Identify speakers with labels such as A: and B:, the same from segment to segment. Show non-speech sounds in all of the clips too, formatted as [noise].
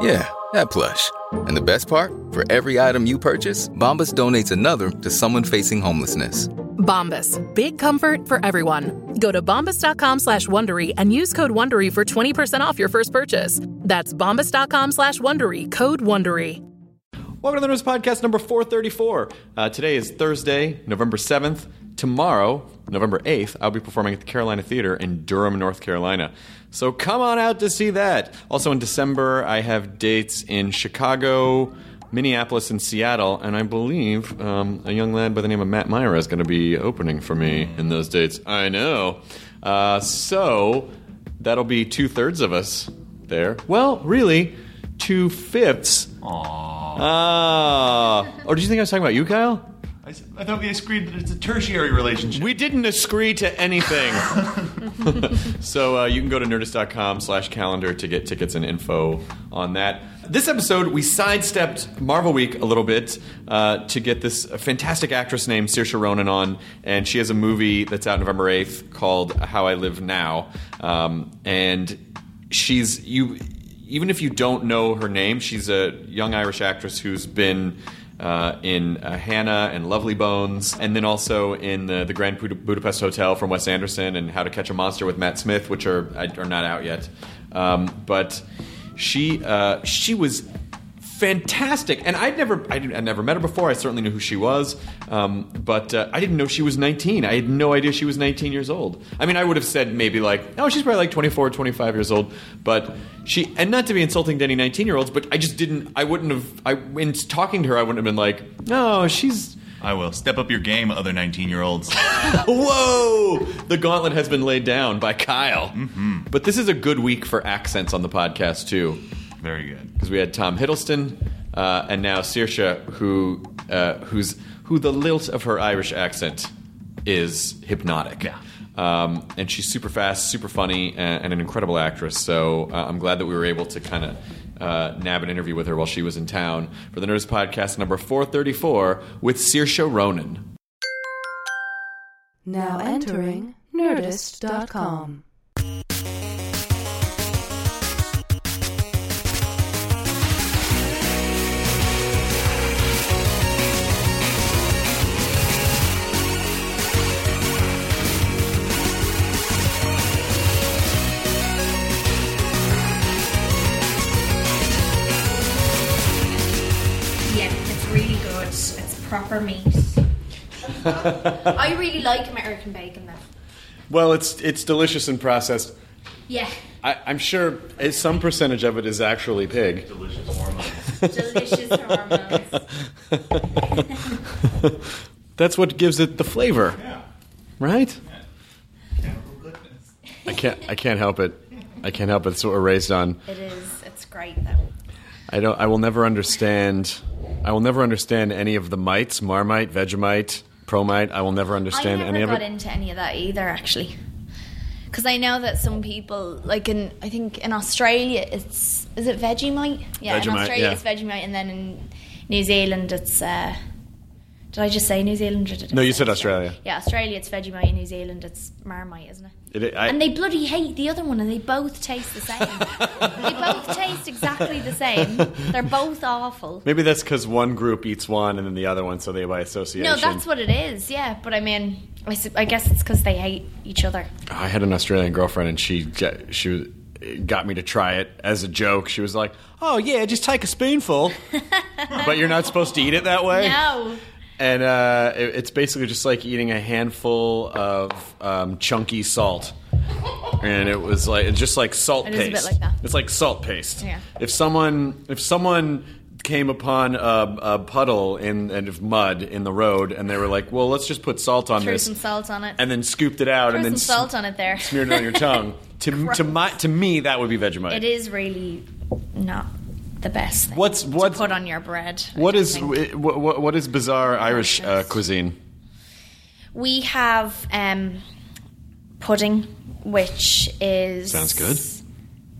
A: Yeah, that plush. And the best part? For every item you purchase, Bombas donates another to someone facing homelessness.
B: Bombas. Big comfort for everyone. Go to bombas.com slash Wondery and use code Wondery for 20% off your first purchase. That's bombas.com slash Wondery. Code Wondery.
C: Welcome to the News Podcast number 434. Uh, today is Thursday, November 7th. Tomorrow, November 8th, I'll be performing at the Carolina Theater in Durham, North Carolina. So come on out to see that. Also in December, I have dates in Chicago, Minneapolis, and Seattle, and I believe um, a young lad by the name of Matt Myra is going to be opening for me in those dates. I know. Uh, so that'll be two thirds of us there. Well, really, two fifths. Ah. or do you think I was talking about you, Kyle?
D: I, s- I thought we agreed that it's a tertiary relationship.
C: We didn't agree to [laughs] anything. so uh, you can go to nerdist.com slash calendar to get tickets and info on that. This episode, we sidestepped Marvel Week a little bit uh, to get this fantastic actress named Saoirse Ronan on, and she has a movie that's out November 8th called How I Live Now. Um, and she's... you even if you don't know her name, she's a young Irish actress who's been uh, in uh, Hannah and Lovely Bones, and then also in the, the Grand Bud- Budapest Hotel from Wes Anderson and How to Catch a Monster with Matt Smith, which are I- are not out yet. Um, but she uh, she was fantastic. And I'd never, I didn't, I'd never met her before. I certainly knew who she was, um, but uh, I didn't know she was 19. I had no idea she was 19 years old. I mean, I would have said maybe like, oh, she's probably like 24, 25 years old. But she, and not to be insulting to any 19 year olds, but I just didn't. I wouldn't have. I in talking to her, I wouldn't have been like, no, she's.
D: I will step up your game, other nineteen-year-olds.
C: [laughs] Whoa! The gauntlet has been laid down by Kyle. Mm-hmm. But this is a good week for accents on the podcast too.
D: Very good.
C: because we had Tom Hiddleston uh, and now Saoirse, who uh, who's who the lilt of her Irish accent is hypnotic.
D: Yeah.
C: Um, and she's super fast, super funny, and, and an incredible actress. So uh, I'm glad that we were able to kind of uh, nab an interview with her while she was in town for the Nerdist Podcast number 434 with Saoirse Ronan.
E: Now entering nerdist.com.
F: Yeah, it's really good. It's proper meat. I really like American bacon though.
G: Well, it's it's delicious and processed.
F: Yeah,
G: I, I'm sure uh, some percentage of it is actually pig.
F: delicious hormones.
G: [laughs] That's what gives it the flavor, right? I can't I can't help it. I can't help it. It's what we're raised on.
F: It is. It's great though.
G: I don't. I will never understand. I will never understand any of the mites: marmite, Vegemite, promite. I will never understand
F: I
G: any
F: never
G: of
F: got
G: it.
F: into any of that either, actually. Because I know that some people, like in, I think in Australia, it's is it Vegemite? Yeah, in
G: Vegemite,
F: Australia
G: yeah.
F: it's Vegemite, and then in New Zealand it's. Uh, did I just say New Zealand? Or did I
G: No, you
F: say
G: said Australia.
F: Yeah, Australia it's Vegemite, in New Zealand it's Marmite, isn't it?
G: It- I-
F: and they bloody hate the other one, and they both taste the
C: [laughs]
F: same. they both taste exactly the same. They're both awful.
G: Maybe that's because one group eats one and then the other one, so they by association.
F: No, that's what it is. Yeah, but I mean, I, su- I guess it's because they hate each other.
G: I had an Australian girlfriend, and she ge- she got me to try it as a joke. She was
F: [laughs]
G: like, "Oh yeah, just take a spoonful," but you're not supposed to eat it that way.
F: No.
C: and uh, it- it's basically just like eating a handful of um, chunky salt. And it was like it's just like salt
F: It is a
C: paste.
F: bit like that.
C: It's like salt paste.
F: Yeah.
C: If someone if someone came upon a, a puddle in and of mud in the road, and they were like, "Well, let's just put salt on
F: Threw
C: this,"
F: some salt on it.
C: and then scooped it out,
F: Throw
C: and then
F: some
C: s-
F: salt on it there.
C: smeared it on your tongue. To, to my to me, that would be Vegemite.
F: [laughs] It is really not the best thing
C: What's- what's-
F: to put on your bread. I
C: What
F: don't
C: is
F: think.
C: wh- what, what is bizarre Irish uh,
F: Yes.
C: cuisine?
F: We have um, pudding, which is
C: Sounds good.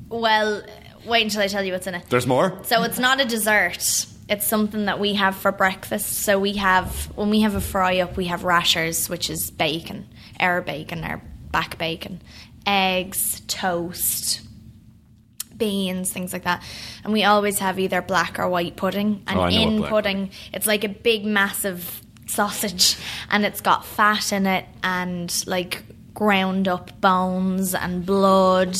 F: Well, wait until I tell you what's in it.
C: There's more.
F: So it's not a dessert. It's something that we have for breakfast. So we have when we have a fry up, we have rashers, which is bacon, our bacon, our back bacon, eggs, toast, beans, things like that. And we always have either black or white pudding. And
C: Oh, I know what
F: in
C: black-
F: pudding, it's like a big massive sausage and it's got fat in it and like ground up bones and blood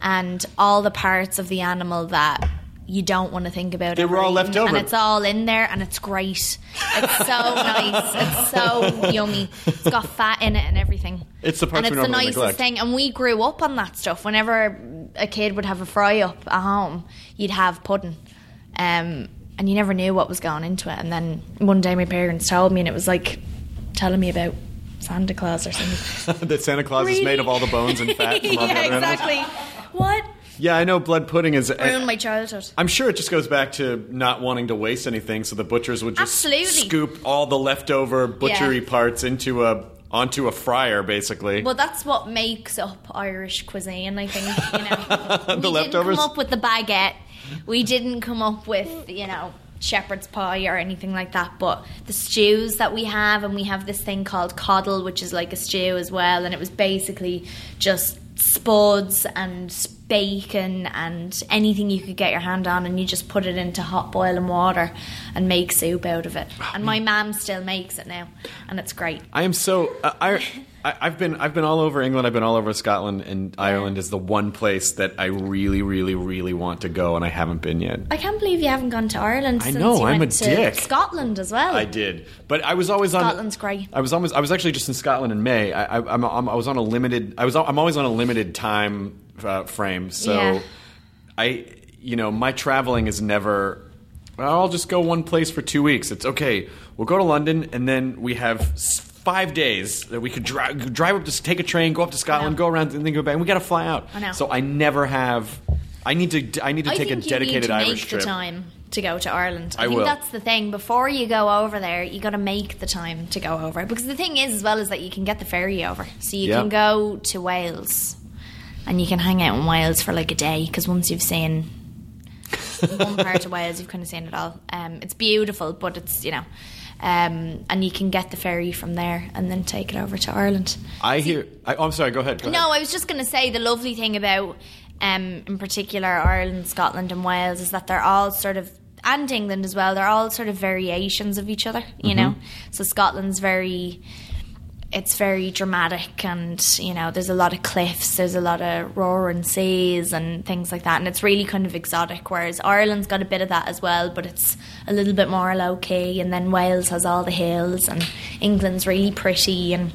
F: and all the parts of the animal that you don't want to think about.
C: They were all
F: ever
C: left
F: eating.
C: over.
F: And it's all in there and it's great. It's so nice. It's so
C: [laughs]
F: yummy. It's got fat in it and everything.
C: It's the parts
F: And it's
C: we
F: the
C: normally
F: nicest
C: neglect.
F: thing. And we grew up on that stuff. Whenever a kid would have a fry up at home, you'd have pudding. Um, and you never knew what was going into it. And then one day my parents told me, and it was like telling me about Santa Claus or something.
C: that Santa Claus is made of all the bones and
F: [laughs]
C: fat. From all the
F: yeah,
C: other animals.
F: exactly. What?
C: Yeah, I know blood pudding is.
F: Ruined my childhood.
C: I'm sure it just goes back to not wanting to waste anything, so the butchers would just
F: Absolutely.
C: scoop all the leftover butchery
F: Yeah.
C: parts into a onto a fryer, basically.
F: Well, that's what makes up Irish cuisine, I think. You know, we
C: leftovers?
F: didn't come up with the baguette. We didn't come up with you know shepherd's pie or anything like that. But the stews that we have, and we have this thing called coddle, which is like a stew as well, and it was basically just spuds and bacon and anything you could get your hand on and you just put it into hot boiling water and make soup out of it and my mum still makes it now and it's great
C: I am so uh, I. I- I've been I've been all over England. I've been all over Scotland, and Ireland is the one place that I really, really, really want to go, and I haven't been yet.
F: I can't believe you haven't gone to Ireland.
C: I
F: since
C: know,
F: you
C: I'm
F: went
C: a
F: to
C: dick.
F: Scotland as well.
C: I did, but I was always on
F: Scotland's great.
C: I was almost. I was actually just in Scotland in May. I, I, I'm, I'm, I was on a limited. I was. I'm always on a limited time uh, frame. So,
F: Yeah.
C: I, you know, my traveling is never. "Well, I'll just go one place for two weeks. It's okay. We'll go to London, and then we have s- five days that we could dri- drive up to s- take a train, go up to Scotland, go around, and then go back. And we got to fly out.
F: I know.
C: So I never have. I need to. d- I need to
F: I
C: take a
F: think you need
C: dedicated
F: to
C: Irish
F: make
C: trip.
F: the time to go to Ireland. I,
C: I
F: think
C: will.
F: that's the thing. Before you go over there, you got to make the time to go over. Because the thing is, as well, is that you can get the ferry over, so you
C: Yeah.
F: can go to Wales, and you can hang out in Wales for like a day. Because once you've seen [laughs] one part of Wales, you've kind of seen it all. Um, it's beautiful, but it's you know. Um, and you can get the ferry from there and then take it over to Ireland.
C: I hear. I, oh, I'm sorry. Go ahead. Go ahead.
F: No, I was just going to say the lovely thing about, um, in particular, Ireland, Scotland, and Wales is that they're all sort of, and England as well, they're all sort of variations of each other, you know?
C: Mm-hmm.
F: So Scotland's very. It's very dramatic, and you know, there's a lot of cliffs, there's a lot of roaring seas, and things like that. And it's really kind of exotic. Whereas Ireland's got a bit of that as well, but it's a little bit more low key. And then Wales has all the hills, and England's really pretty, and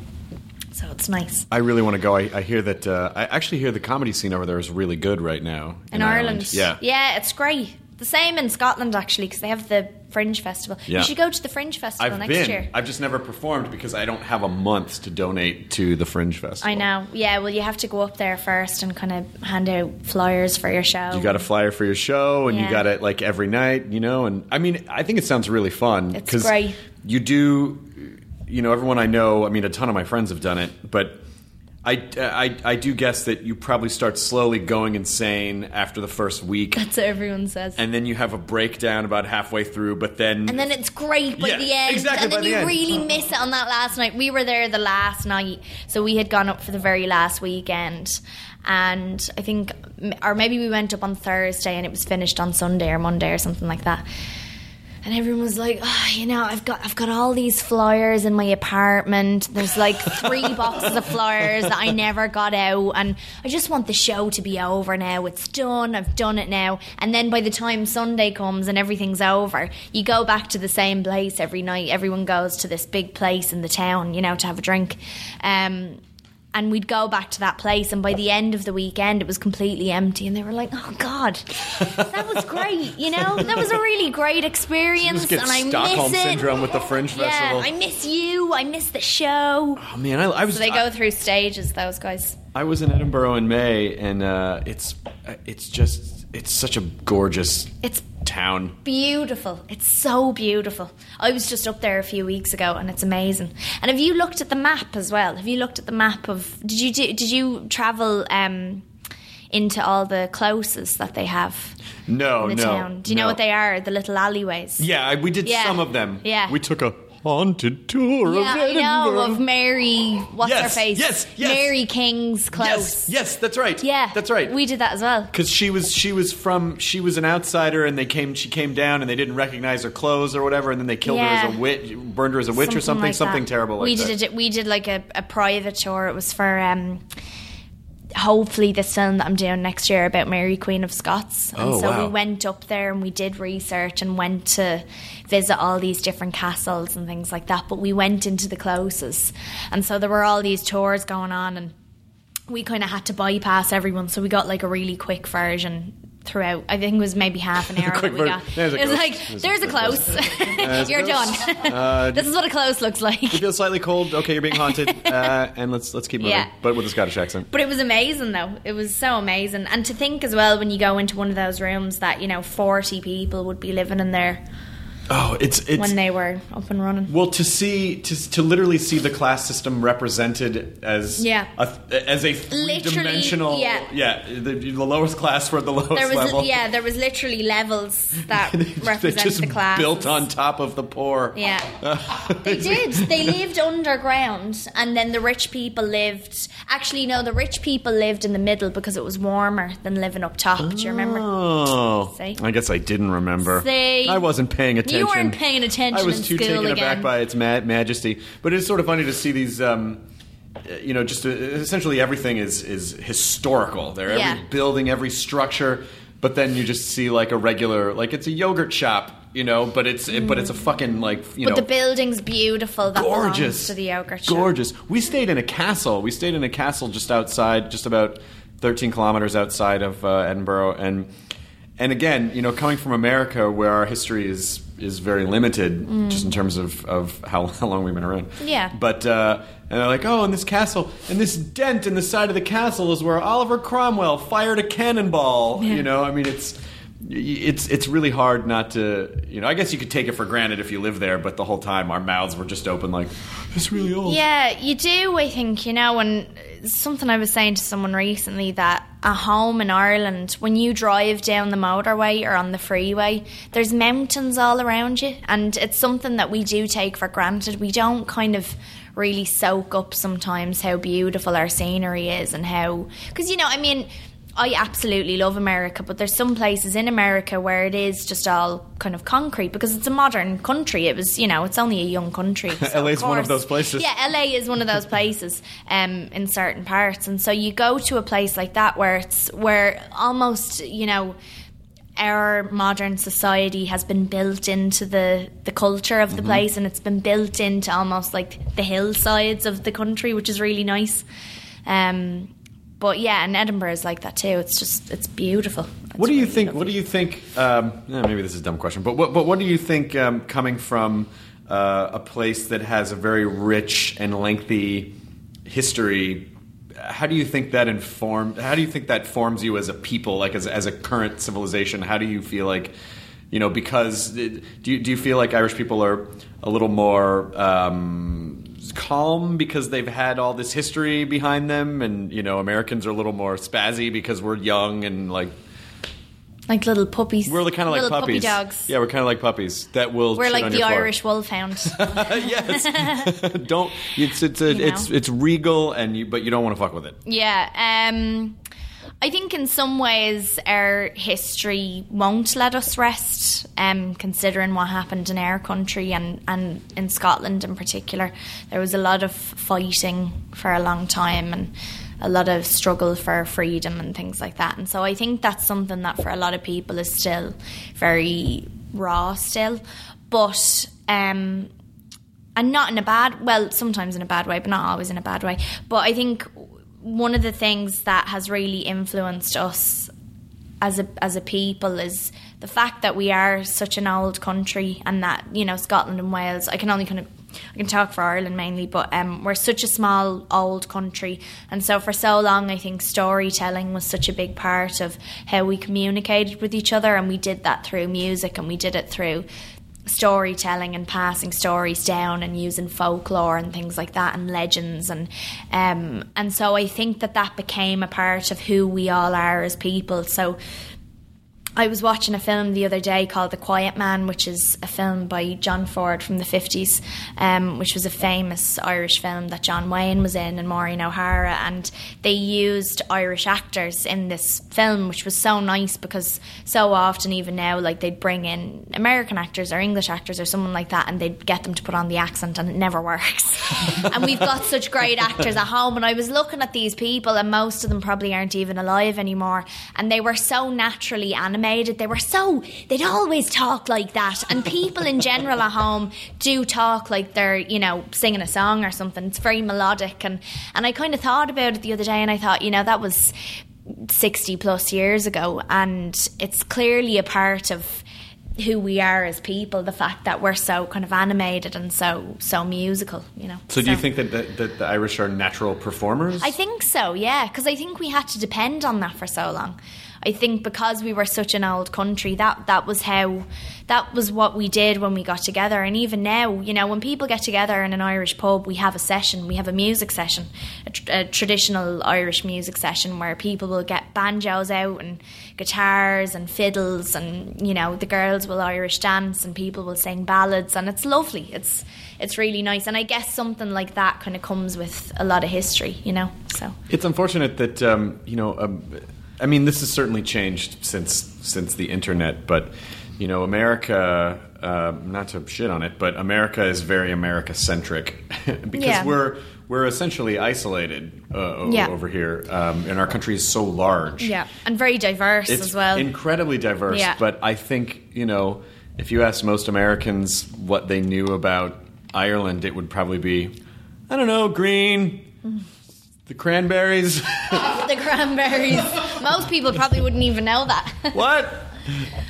F: so it's nice.
C: I really want to go. I, I hear that. Uh, I actually hear the comedy scene over there is really good right now
F: in Ireland.
C: Yeah,
F: yeah, it's great. The same in Scotland actually, because they have the Fringe Festival.
C: Yeah.
F: You should go to the Fringe Festival
C: I've
F: next
C: been.
F: year.
C: I've just never performed because I don't have a month to donate to the Fringe Festival.
F: I know. Yeah, well, you have to go up there first and kind of hand out flyers for your show.
C: You got a flyer for your show, and you
F: Yeah.
C: got it like every night, you know. And I mean, I think it sounds really fun
F: It's great.
C: you do. You know, everyone I know. I mean, a ton of my friends have done it, but. I, I, I do guess that you probably start slowly going insane after the first week,
F: That's what everyone says.
C: and then you have a breakdown about halfway through. But then
F: And then it's great by
C: Yeah,
F: the end.
C: exactly,
F: and then
C: by the
F: you
C: end.
F: really miss it on that last night. We were there the last night, so we had gone up for the very last weekend. And I think, or maybe we went up on Thursday and it was finished on Sunday or Monday or something like that. and everyone was like, oh, you know, I've got I've got all these flyers in my apartment. There's
C: [laughs]
F: like three boxes of flyers that I never got out, and I just want the show to be over now. It's done. I've done it now. And then by the time Sunday comes and everything's over, you go back to the same place every night. Everyone goes to this big place in the town, you know, to have a drink. Um, and we'd go back to that place and by the end of the weekend it was completely empty and they were like oh god that was great you know that was a really great experience
C: Just get
F: and i
C: Stockholm
F: miss it
C: syndrome with the Fringe
F: yeah
C: Festival.
F: i miss you i miss the show
C: oh man, I, I was.
F: so they
C: I-
F: go through stages those guys
C: I was in Edinburgh in May, and uh, it's it's just it's such a gorgeous
F: it's
C: town.
F: beautiful it's so beautiful i was just up there a few weeks ago and it's amazing and have you looked at the map as well have you looked at the map of did you do, did you travel um into all the closes that they have
C: No,
F: in the
C: Oh, no.
F: town. Do you know
C: no.
F: what they are? The little alleyways.
C: Yeah, I- we did
F: Yeah.
C: some of them.
F: Yeah.
C: we took a haunted tour
F: Yeah,
C: of
F: I
C: Edinburgh.
F: know of Mary. What's her
C: Yes,
F: face?
C: yes, yes.
F: Mary King's close.
C: yes, yes, that's right.
F: Yeah,
C: that's right.
F: We did that as well.
C: because she was she was from she was an outsider and they came she came down and they didn't recognize her clothes or whatever and then they killed her as
F: Yeah.
C: a witch burned her as a witch or something
F: like that.
C: something terrible like
F: we
C: that.
F: did a, we did like a, a private tour. It was for um, hopefully this film that I'm doing next year about Mary Queen of Scots. And
C: Oh,
F: so
C: wow.
F: we went up there and we did research and went to visit all these different castles and things like that. But we went into the closes, and so there were all these tours going on and. we kind of had to bypass everyone, so we got like a really quick version throughout. I think it was maybe half an hour that
C: Quick
F: we
C: version.
F: got.
C: There's [laughs] a
F: it
C: close.
F: was like
C: There's a
F: there's a
C: quick [laughs]
F: close. [laughs] You're
C: a
F: done.
C: close.
F: [laughs]
C: Uh,
F: this is what a close looks like.
C: you feel slightly cold okay you're being
F: [laughs]
C: haunted uh, and let's let's keep moving
F: Yeah.
C: but with a Scottish accent
F: [laughs] But it was amazing, though. It was so amazing. And to think as well, when you go into one of those rooms, that, you know, 40 people would be living in there
C: oh it's it's
F: when they were up and running.
C: Well, to see to, to literally see the class system represented as
F: Yeah.
C: a, as a three dimensional
F: yeah.
C: the, the lowest class were at the [laughs] lowest
F: There was,
C: level.
F: yeah, there was literally levels that
C: [laughs] They just-
F: represented
C: they just
F: the class.
C: built on top of the poor.
F: Yeah.
C: [laughs]
F: they did. They lived underground, and then the rich people lived. Actually, no, the rich people lived in the middle because it was warmer than living up top. Do you remember?
C: Oh,
F: See?
C: I guess I didn't remember.
F: See?
C: I wasn't paying attention.
F: You weren't paying attention
C: I was too
F: in school
C: taken aback
F: again.
C: by its ma- majesty. But it's sort of funny to see these. Um, uh, you know, just uh, essentially everything is is historical. There,
F: Yeah.
C: every building, every structure. But then you just see like a regular, like it's a yogurt shop, you know. But it's but it's a fucking like you
F: Mm. But
C: know
F: the building's beautiful. That belongs
C: gorgeous
F: to the yogurt shop.
C: gorgeous we stayed in a castle we stayed in a castle just outside just about 13 kilometers outside of uh, edinburgh and and again you know coming from america where our history is is very limited just in terms of of how, [laughs] how long we've been around
F: Mm. Yeah.
C: but uh and they're like, oh, and this castle, and this dent in the side of the castle is where Oliver Cromwell fired a cannonball. You know, I mean, it's y- it's it's really hard not to. You know, I guess you could take it for granted if you live there, but the whole time our mouths were just open, like it's really old.
F: Yeah, you do, I think, you know, and it's something I was saying to someone recently that at home in Ireland, when you drive down the motorway or on the freeway, there's mountains all around you. And it's something that we do take for granted. We don't kind of really soak up sometimes how beautiful our scenery is and how. Because, you know, I mean. I absolutely love America, but there's some places in America where it is just all kind of concrete because it's a modern country. It was, you know, it's only a young country. so
C: LA is one of
F: course.
C: those places.
F: Yeah, yeah, LA is one of those places um, in certain parts, and so you go to a place like that where it's where almost you know our modern society has been built into the the culture of the
C: Mm-hmm.
F: place, and it's been built into almost like the hillsides of the country, which is really nice. Um, but yeah, and Edinburgh is like that too. It's just it's beautiful.
C: What do you think? What do you think? Um, eh, maybe this is a dumb question, but what, but what do you think um, coming from uh, a place that has a very rich and lengthy history? How do you think that inform? How do you think that forms you as a people, like as as a current civilization? How do you feel like, you know, because it- do you, do you feel like Irish people are a little more um, calm because they've had all this history behind them, and you know, Americans are a little more spazzy because we're young and like
F: Like little puppies.
C: we're kind of like
F: little
C: puppies.
F: puppy dogs.
C: Yeah, we're kind of like puppies that will.
F: We're
C: shit
F: like
C: on
F: the
C: your floor.
F: Irish wolfhound.
C: yes. don't. It's it's a,
F: You know?
C: it's it's regal and you, but you don't want to fuck with it.
F: Yeah. Um, I I think in some ways our history won't let us rest, um, considering what happened in our country and, and in Scotland in particular. There was a lot of fighting for a long time and a lot of struggle for freedom and things like that. And so I think that's something that for a lot of people is still very raw still. But um, and not in a bad well sometimes in a bad way but not always in a bad way but i think one of the things that has really influenced us as a as a people is the fact that we are such an old country and that you know scotland and wales i can only kind of I can talk for Ireland mainly, but um, we're such a small, old country. And so, for so long, I think storytelling was such a big part of how we communicated with each other. And we did that through music and we did it through storytelling and passing stories down and using folklore and things like that and legends and um and so I think that that became a part of who we all are as people so I was watching a film the other day called The Quiet Man, which is a film by John Ford from the 50s, um, which was a famous Irish film that John Wayne was in and Maureen O'Hara. And they used Irish actors in this film, which was so nice because so often, even now, like they'd bring in American actors or English actors or someone like that and they'd get them to put on the accent and it never [laughs] works. and we've got such great actors at home. And I was looking at these people, and most of them probably aren't even alive anymore. And they were so naturally animated animated. They were so they'd always talk like that, and people in general at home do talk like they're you know singing a song or something. It's very melodic, and and I kind of thought about it the other day, and I thought you know that was sixty plus years ago, and it's clearly a part of who we are as people the fact that we're so kind of animated and so so musical you know
C: So, do you think that, that, that the Irish are natural performers?
F: I think so, yeah, because I think we had to depend on that for so long. I think because we were such an old country, that that was how, that was what we did when we got together. And even now, you know, when people get together in an Irish pub, we have a session, we have a music session, a, tr- a traditional Irish music session where people will get banjos out and guitars and fiddles, and you know, the girls will Irish dance and people will sing ballads, and it's lovely. It's it's really nice, and I guess something like that kind of comes with a lot of history, you know. So.
C: It's unfortunate that um, you know. Um, I mean, this has certainly changed since since the internet, but you know, America. Uh, not to shit on it, but America is very America centric [laughs] because
F: Yeah.
C: we're we're essentially isolated uh, o-
F: Yeah.
C: over here, um, and our country is so large.
F: Yeah, and very diverse
C: it's
F: as well.
C: incredibly diverse.
F: Yeah.
C: But I think you know, if you ask most Americans what they knew about Ireland, it would probably be, I don't know, green, the cranberries. [laughs]
F: the cranberries. Most people probably wouldn't even know that.
C: What?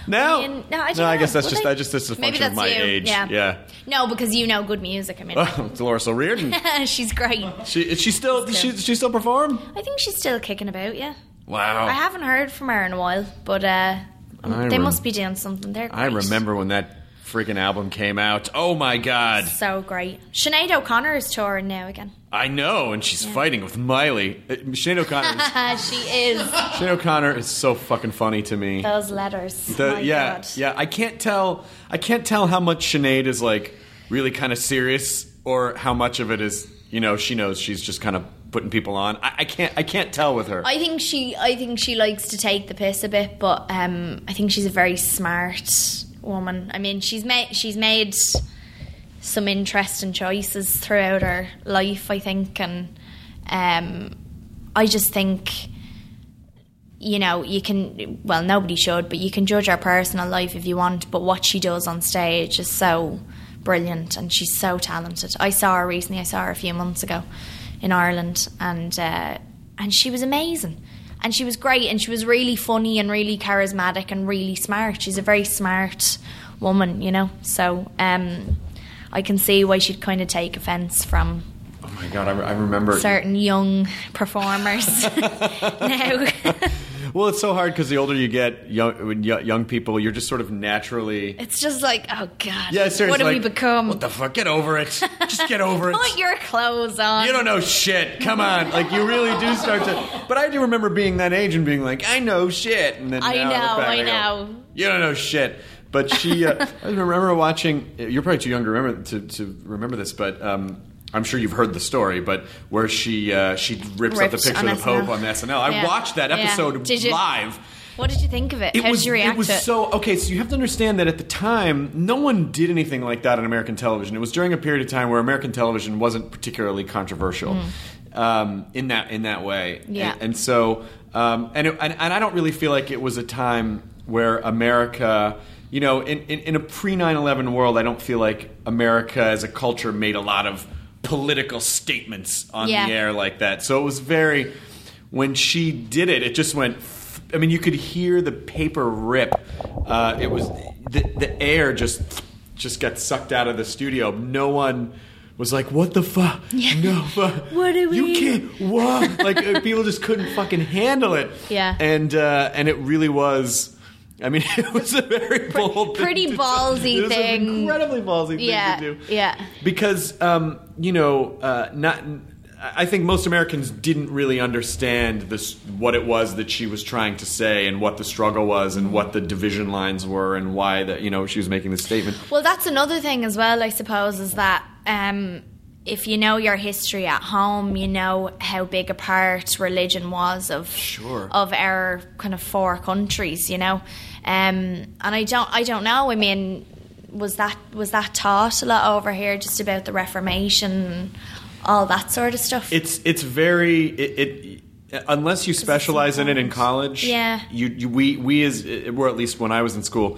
C: No.
F: I mean, no, I don't know.
C: guess that's
F: Would
C: just
F: I?
C: I just this is a
F: Maybe
C: function of
F: that's
C: my
F: you.
C: age.
F: Yeah.
C: yeah.
F: [laughs]
C: [laughs] Oh,
F: no, because you know good music. I mean,
C: Dolores O'Riordan.
F: [laughs] she's great.
C: she is she still
F: That's
C: she,
F: good.
C: she still perform?
F: I think she's still kicking about. Yeah,
C: Wow.
F: I haven't heard from her in a while, but uh,
C: Oh. I
F: they
C: rem-
F: must be doing something. They're
C: I
F: great.
C: remember when that freaking album came out. Oh my god.
F: So great. Sinead O'Connor is touring now again.
C: I know, and she's fighting with Miley. Uh, Sinead O'Connor
F: [laughs]
C: is,
F: Ah, she
C: [laughs]
F: is.
C: Sinead O'Connor is so fucking funny to me.
F: Those letters.
C: The-
F: Oh My
C: yeah,
F: God.
C: yeah. I can't tell. I can't tell how much Sinead is like really kind of serious, or how much of it is you know she knows she's just kind of putting people on. I, I can't. I can't tell with her.
F: I think she I think she likes to take the piss a bit, but um, I think she's a very smart woman. I mean, she's made she's made some interesting choices throughout her life, I think, and um, I just think you know you can well nobody should, but you can judge her personal life if you want. But what she does on stage is so brilliant, and she's so talented. I saw her recently. I saw her a few months ago in Ireland, and uh, and she was amazing. And she was great, and she was really funny and really charismatic and really smart. She's a very smart woman, you know. So um, I can see why she'd kind of take offence from
C: oh my god, I, re- I remember.
F: certain young performers [laughs] now.
C: Well, it's so hard because the older you get, young, when yo- young people, you're just sort of naturally.
F: it's just like, oh god,
C: Yeah, seriously.
F: what have
C: like,
F: we become?
C: What the fuck? Get over it. Just get
F: [laughs]
C: over it.
F: Put your clothes on.
C: You don't know shit. Come on. Like you really do start to. But I do remember being that age and being like, I know shit. And then
F: I
C: now look
F: know,
C: back
F: I
C: and go,
F: know.
C: You don't know shit.
F: [laughs]
C: But she. Uh, I remember watching. You're probably too young to remember to, to remember this, but. Um, I'm sure you've heard the story, but where she uh, she rips up the
F: Rips
C: picture
F: on
C: of the Pope
F: SNL.
C: on SNL. I
F: Yeah.
C: watched that
F: Yeah.
C: episode
F: Did you-
C: live.
F: What did you think of it?
C: It
F: How
C: was
F: did you react
C: it was
F: to it?
C: so okay. So you have to understand that at the time, no one did anything like that on American television. It was during a period of time where American television wasn't particularly controversial um, in that in that way.
F: Mm. Yeah.
C: and, and so um, and, it, and and I don't really feel like it was a time where America. You know, in, in, in a pre 9 11 world, I don't feel like America as a culture made a lot of political statements on
F: Yeah.
C: the air like that. So it was very when she did it, it just went. th- I mean, you could hear the paper rip. Uh, it was the, the air just just got sucked out of the studio. No one was like, "What the
F: [laughs]
C: fuck? No, fuck.
F: What do
C: You
F: we-
C: can't. What? like uh, people just couldn't fucking handle it.
F: Yeah.
C: and uh, and it really was. I mean, [laughs] it was a very bold, thing
F: pretty
C: to do.
F: ballsy
C: It was an
F: thing.
C: incredibly ballsy
F: Yeah,
C: thing to do
F: yeah.
C: because um, you know uh, not I think most Americans didn't really understand this what it was that she was trying to say and what the struggle was and what the division lines were and why that you know she was making this statement.
F: Well, that's another thing as well, I suppose, is that um, if you know your history at home, you know how big a part religion was of of our kind of four countries, you know. Um, and I don't, I don't know. I mean, was that was that taught a lot over here, just about the Reformation, and all that sort of stuff?
C: It's it's very it. it Unless you specialize in it in college,
F: Yeah.
C: You, you we we as or at least when I was in school,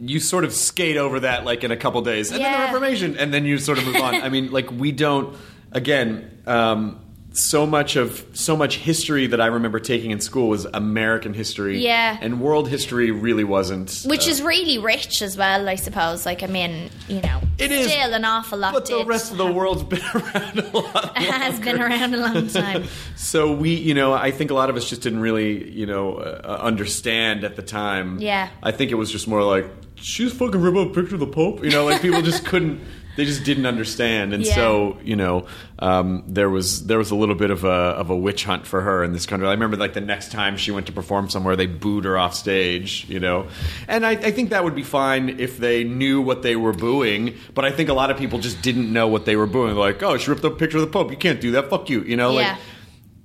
C: you sort of skate over that like in a couple days, and then
F: Yeah.
C: the Reformation, and then you sort of move on. I mean, like we don't. Again, um, so much of so much history that I remember taking in school was American history,
F: Yeah.
C: and world history really wasn't.
F: which
C: uh,
F: is really rich as well, I suppose. Like, I mean, you know,
C: It
F: still
C: is,
F: an awful lot.
C: but the
F: did
C: rest of the
F: happen.
C: world's been [laughs] around a lot.
F: [laughs] has been around a long time.
C: So we, you know, I think a lot of us just didn't really, you know, uh, understand at the time.
F: Yeah.
C: I think it was just more like she's fucking rip up a picture of the Pope. You know, like people
F: [laughs]
C: just couldn't, they just didn't understand, and
F: Yeah.
C: so you know, um, there was there was a little bit of a of a witch hunt for her in this country. I remember like the next time she went to perform somewhere, they booed her off stage. You know, and I, I think that would be fine if they knew what they were booing, but I think a lot of people just didn't know what they were booing. Like, oh, she ripped up a picture of the Pope. You can't do that. Fuck you. You know,
F: Yeah.
C: like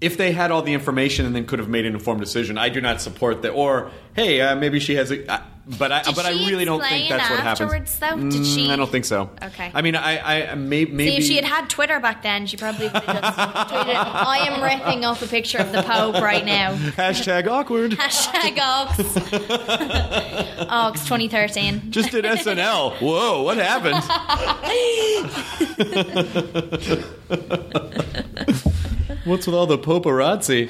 C: if they had all the information and then could have made an informed decision, I do not support that. Or hey, uh, maybe she has a. Uh, but I,
F: Did
C: but I
F: she
C: really don't think
F: explain
C: that's what happens.
F: afterwards, though? Did
C: Mm,
F: she-
C: I don't think so.
F: Okay.
C: I mean, I, I may, maybe
F: See, if she had had Twitter back then, she probably would have
C: [laughs]
F: just tweeted, I am ripping up a picture of the Pope right
C: [laughs]
F: now.
C: hashtag awkward.
F: Hashtag Ox.
C: [laughs]
F: Ox 2013.
C: Just did
F: [laughs]
C: SNL. Whoa, what happened? What's with all the paparazzi?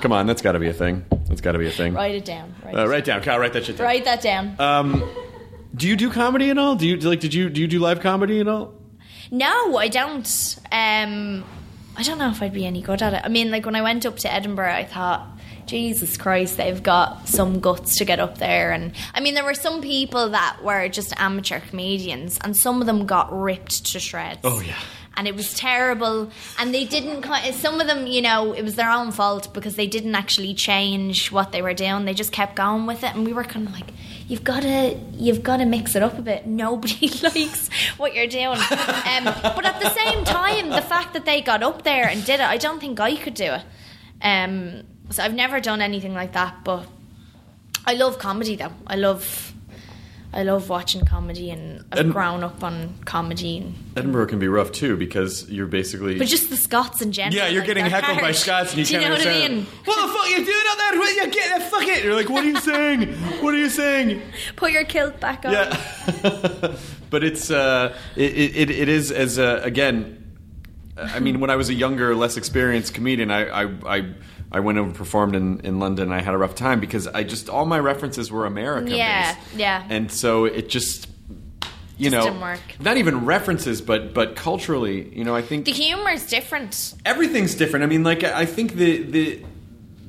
C: Come on, that's got to be a thing. That's got to be a thing.
F: Write it down. Write,
C: Uh,
F: it
C: write down, Kyle. Write that shit down.
F: down. Write that down.
C: Do you do comedy at all? Do you like? Did you do you do live comedy at all?
F: no, I don't. Um, I don't know if I'd be any good at it. I mean, like when I went up to Edinburgh, I thought, Jesus Christ, they've got some guts to get up there. And I mean, there were some people that were just amateur comedians, and some of them got ripped to shreds.
C: Oh, yeah.
F: and it was terrible. And they didn't. Quite, some of them, you know, it was their own fault because they didn't actually change what they were doing. They just kept going with it, and we were kind of like, "You've got to, you've got to mix it up a bit. Nobody [laughs] likes what you're doing." Um, but at the same time, the fact that they got up there and did it, I don't think I could do it. Um, so I've never done anything like that, but I love comedy though. I love. I love watching comedy, and I've
C: And-
F: grown up on comedy. And
C: Edinburgh can be rough too because you're basically.
F: but just the Scots in general.
C: yeah, you're
F: like,
C: getting
F: they're
C: heckled by
F: harsh.
C: Scots and you
F: Do
C: can't
F: you know
C: understand.
F: what I mean?
C: What the fuck you doing out there? What you get? Fuck it! You're like, what are you saying? What are you saying?
F: [laughs] Put your kilt back on.
C: Yeah. [laughs] but it's uh, it, it it is as uh, again. I mean, when I was a younger, less experienced comedian, I I. I I went over and performed in, in London and I had a rough time because I just all my references were American
F: Yeah,
C: based.
F: yeah.
C: And so it just you
F: Just
C: know
F: didn't work.
C: not even references but but culturally, you know, I think
F: The humor is different.
C: everything's different. I mean, like I I think the the.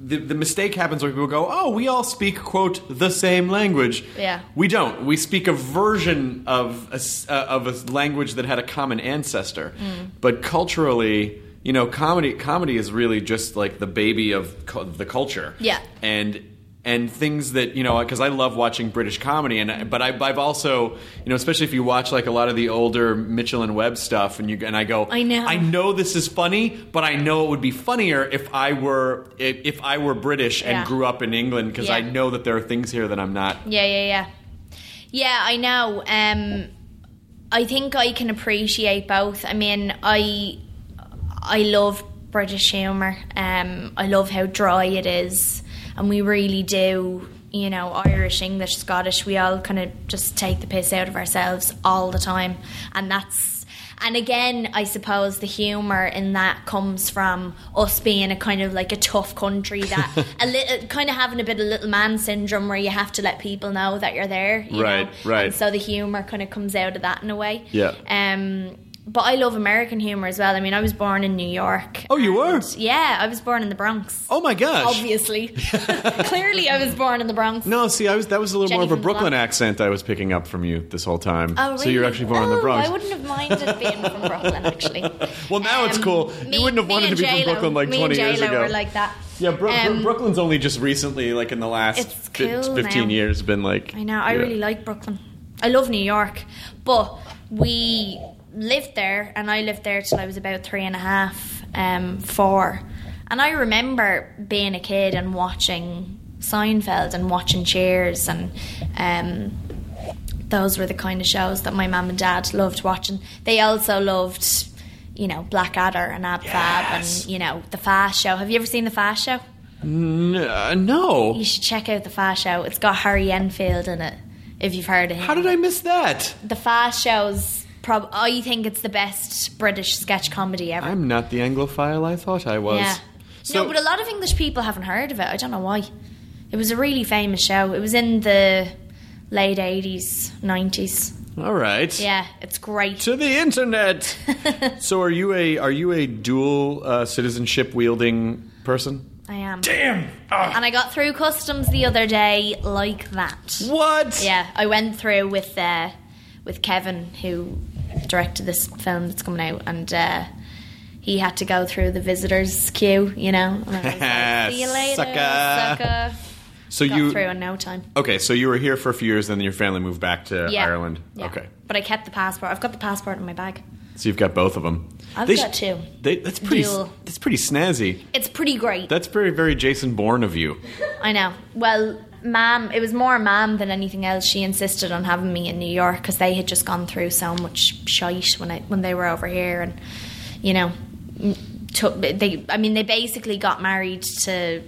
C: The, the mistake happens where people go, oh, we all speak quote the same language.
F: Yeah.
C: we don't. We speak a version of a, s- uh, of a language that had a common ancestor,
F: Hmm.
C: but culturally, you know, comedy comedy is really just like the baby of cu- the culture.
F: Yeah.
C: and and things that you know because I love watching British comedy, and I- but I, I've also you know especially if you watch like a lot of the older Mitchell and Webb stuff, and you and I go,
F: I know.
C: I know this is funny, but I know it would be funnier if I were if, if I were British and
F: Yeah.
C: grew up in England because I
F: Yeah.
C: know that there are things here that I'm not.
F: Yeah, yeah, yeah. Yeah, I know. Um, I think I can appreciate both. I mean, I I love British humour. Um, I love how dry it is, and we really do. You know, Irish, English, Scottish, we all kind of just take the piss out of ourselves all the time, and that's. And again, I suppose the humour in that comes from us being a kind of like a
C: [laughs]
F: tough country that a little kind of having a bit of little man syndrome where you have to let people know that you're there. You
C: Right,
F: know?
C: right.
F: And so the humour kind of comes out of that in a way.
C: Yeah.
F: Um, but I love American humor as well. I mean, I was born in New York.
C: Oh, you were?
F: Yeah, I was born in the Bronx.
C: Oh my gosh! [laughs]
F: Obviously, clearly, I was born in the Bronx.
C: No, see, I was that was a little
F: Jenny
C: more of a
F: from the Bronx.
C: Brooklyn accent I was picking up from you this whole time.
F: Oh, really?
C: So you're actually born in the
F: Oh,
C: Bronx.
F: I wouldn't have minded being
C: [laughs]
F: from Brooklyn, actually. Um,
C: Well, now it's cool. You wouldn't have
F: me
C: wanted
F: and
C: to be from
F: J-Lo-
C: Brooklyn, like,
F: me
C: 20
F: and
C: years
F: J-Lo
C: ago.
F: Were like that.
C: Yeah, Bro- Bro-
F: Um,
C: Brooklyn's only just recently, like in the last
F: It's
C: fi-
F: cool
C: 15
F: now.
C: years, been like.
F: I know. I
C: yeah.
F: really like Brooklyn. I love New York, but we lived there, and I lived there till I was about three and a half, um, four. And I remember being a kid and watching Seinfeld and watching Cheers, and um, those were the kind of shows that my mum and dad loved watching. They also loved, you know, Blackadder and Ab Fab, and you know, the Fast Show. Have you ever seen the Fast Show?
C: N- uh, no.
F: You should check out the Fast Show. It's got Harry Enfield in it. If you've heard of him,
C: How did I miss that?
F: the Fast Show's? Prob- I think it's the best British sketch comedy ever.
C: I'm not the Anglophile I thought I was.
F: yeah. no, but a lot of English people haven't heard of it. I don't know why. It was a really famous show. It was in the late eighties, nineties.
C: All right.
F: Yeah, it's great.
C: To the internet.
F: [laughs]
C: so are you a are you a dual uh, citizenship wielding person?
F: I am. Damn.
C: Ah.
F: And I got through customs the other day like that.
C: What?
F: Yeah, I went through with uh, with Kevin, who directed this film that's coming out, and uh, he had to go through the visitors queue. You know, and I was like, see you later,
C: Sucker.
F: sucker.
C: So
F: Got
C: you
F: through in no time.
C: Okay, so you were here for a few years, then your family moved back to
F: Yeah,
C: Uh, Ireland.
F: yeah.
C: Okay,
F: but I kept the passport. I've got the passport in my bag.
C: so you've got both of them.
F: I've got two.
C: They, that's pretty.
F: Dual.
C: That's pretty snazzy.
F: It's pretty great.
C: That's very, very Jason Bourne of you.
F: I know. Well, Mam, it was more Mam than anything else. She insisted on having me in New York because they had just gone through so much shite when I when they were over here, and you know, m- took they. I mean, they basically got married to.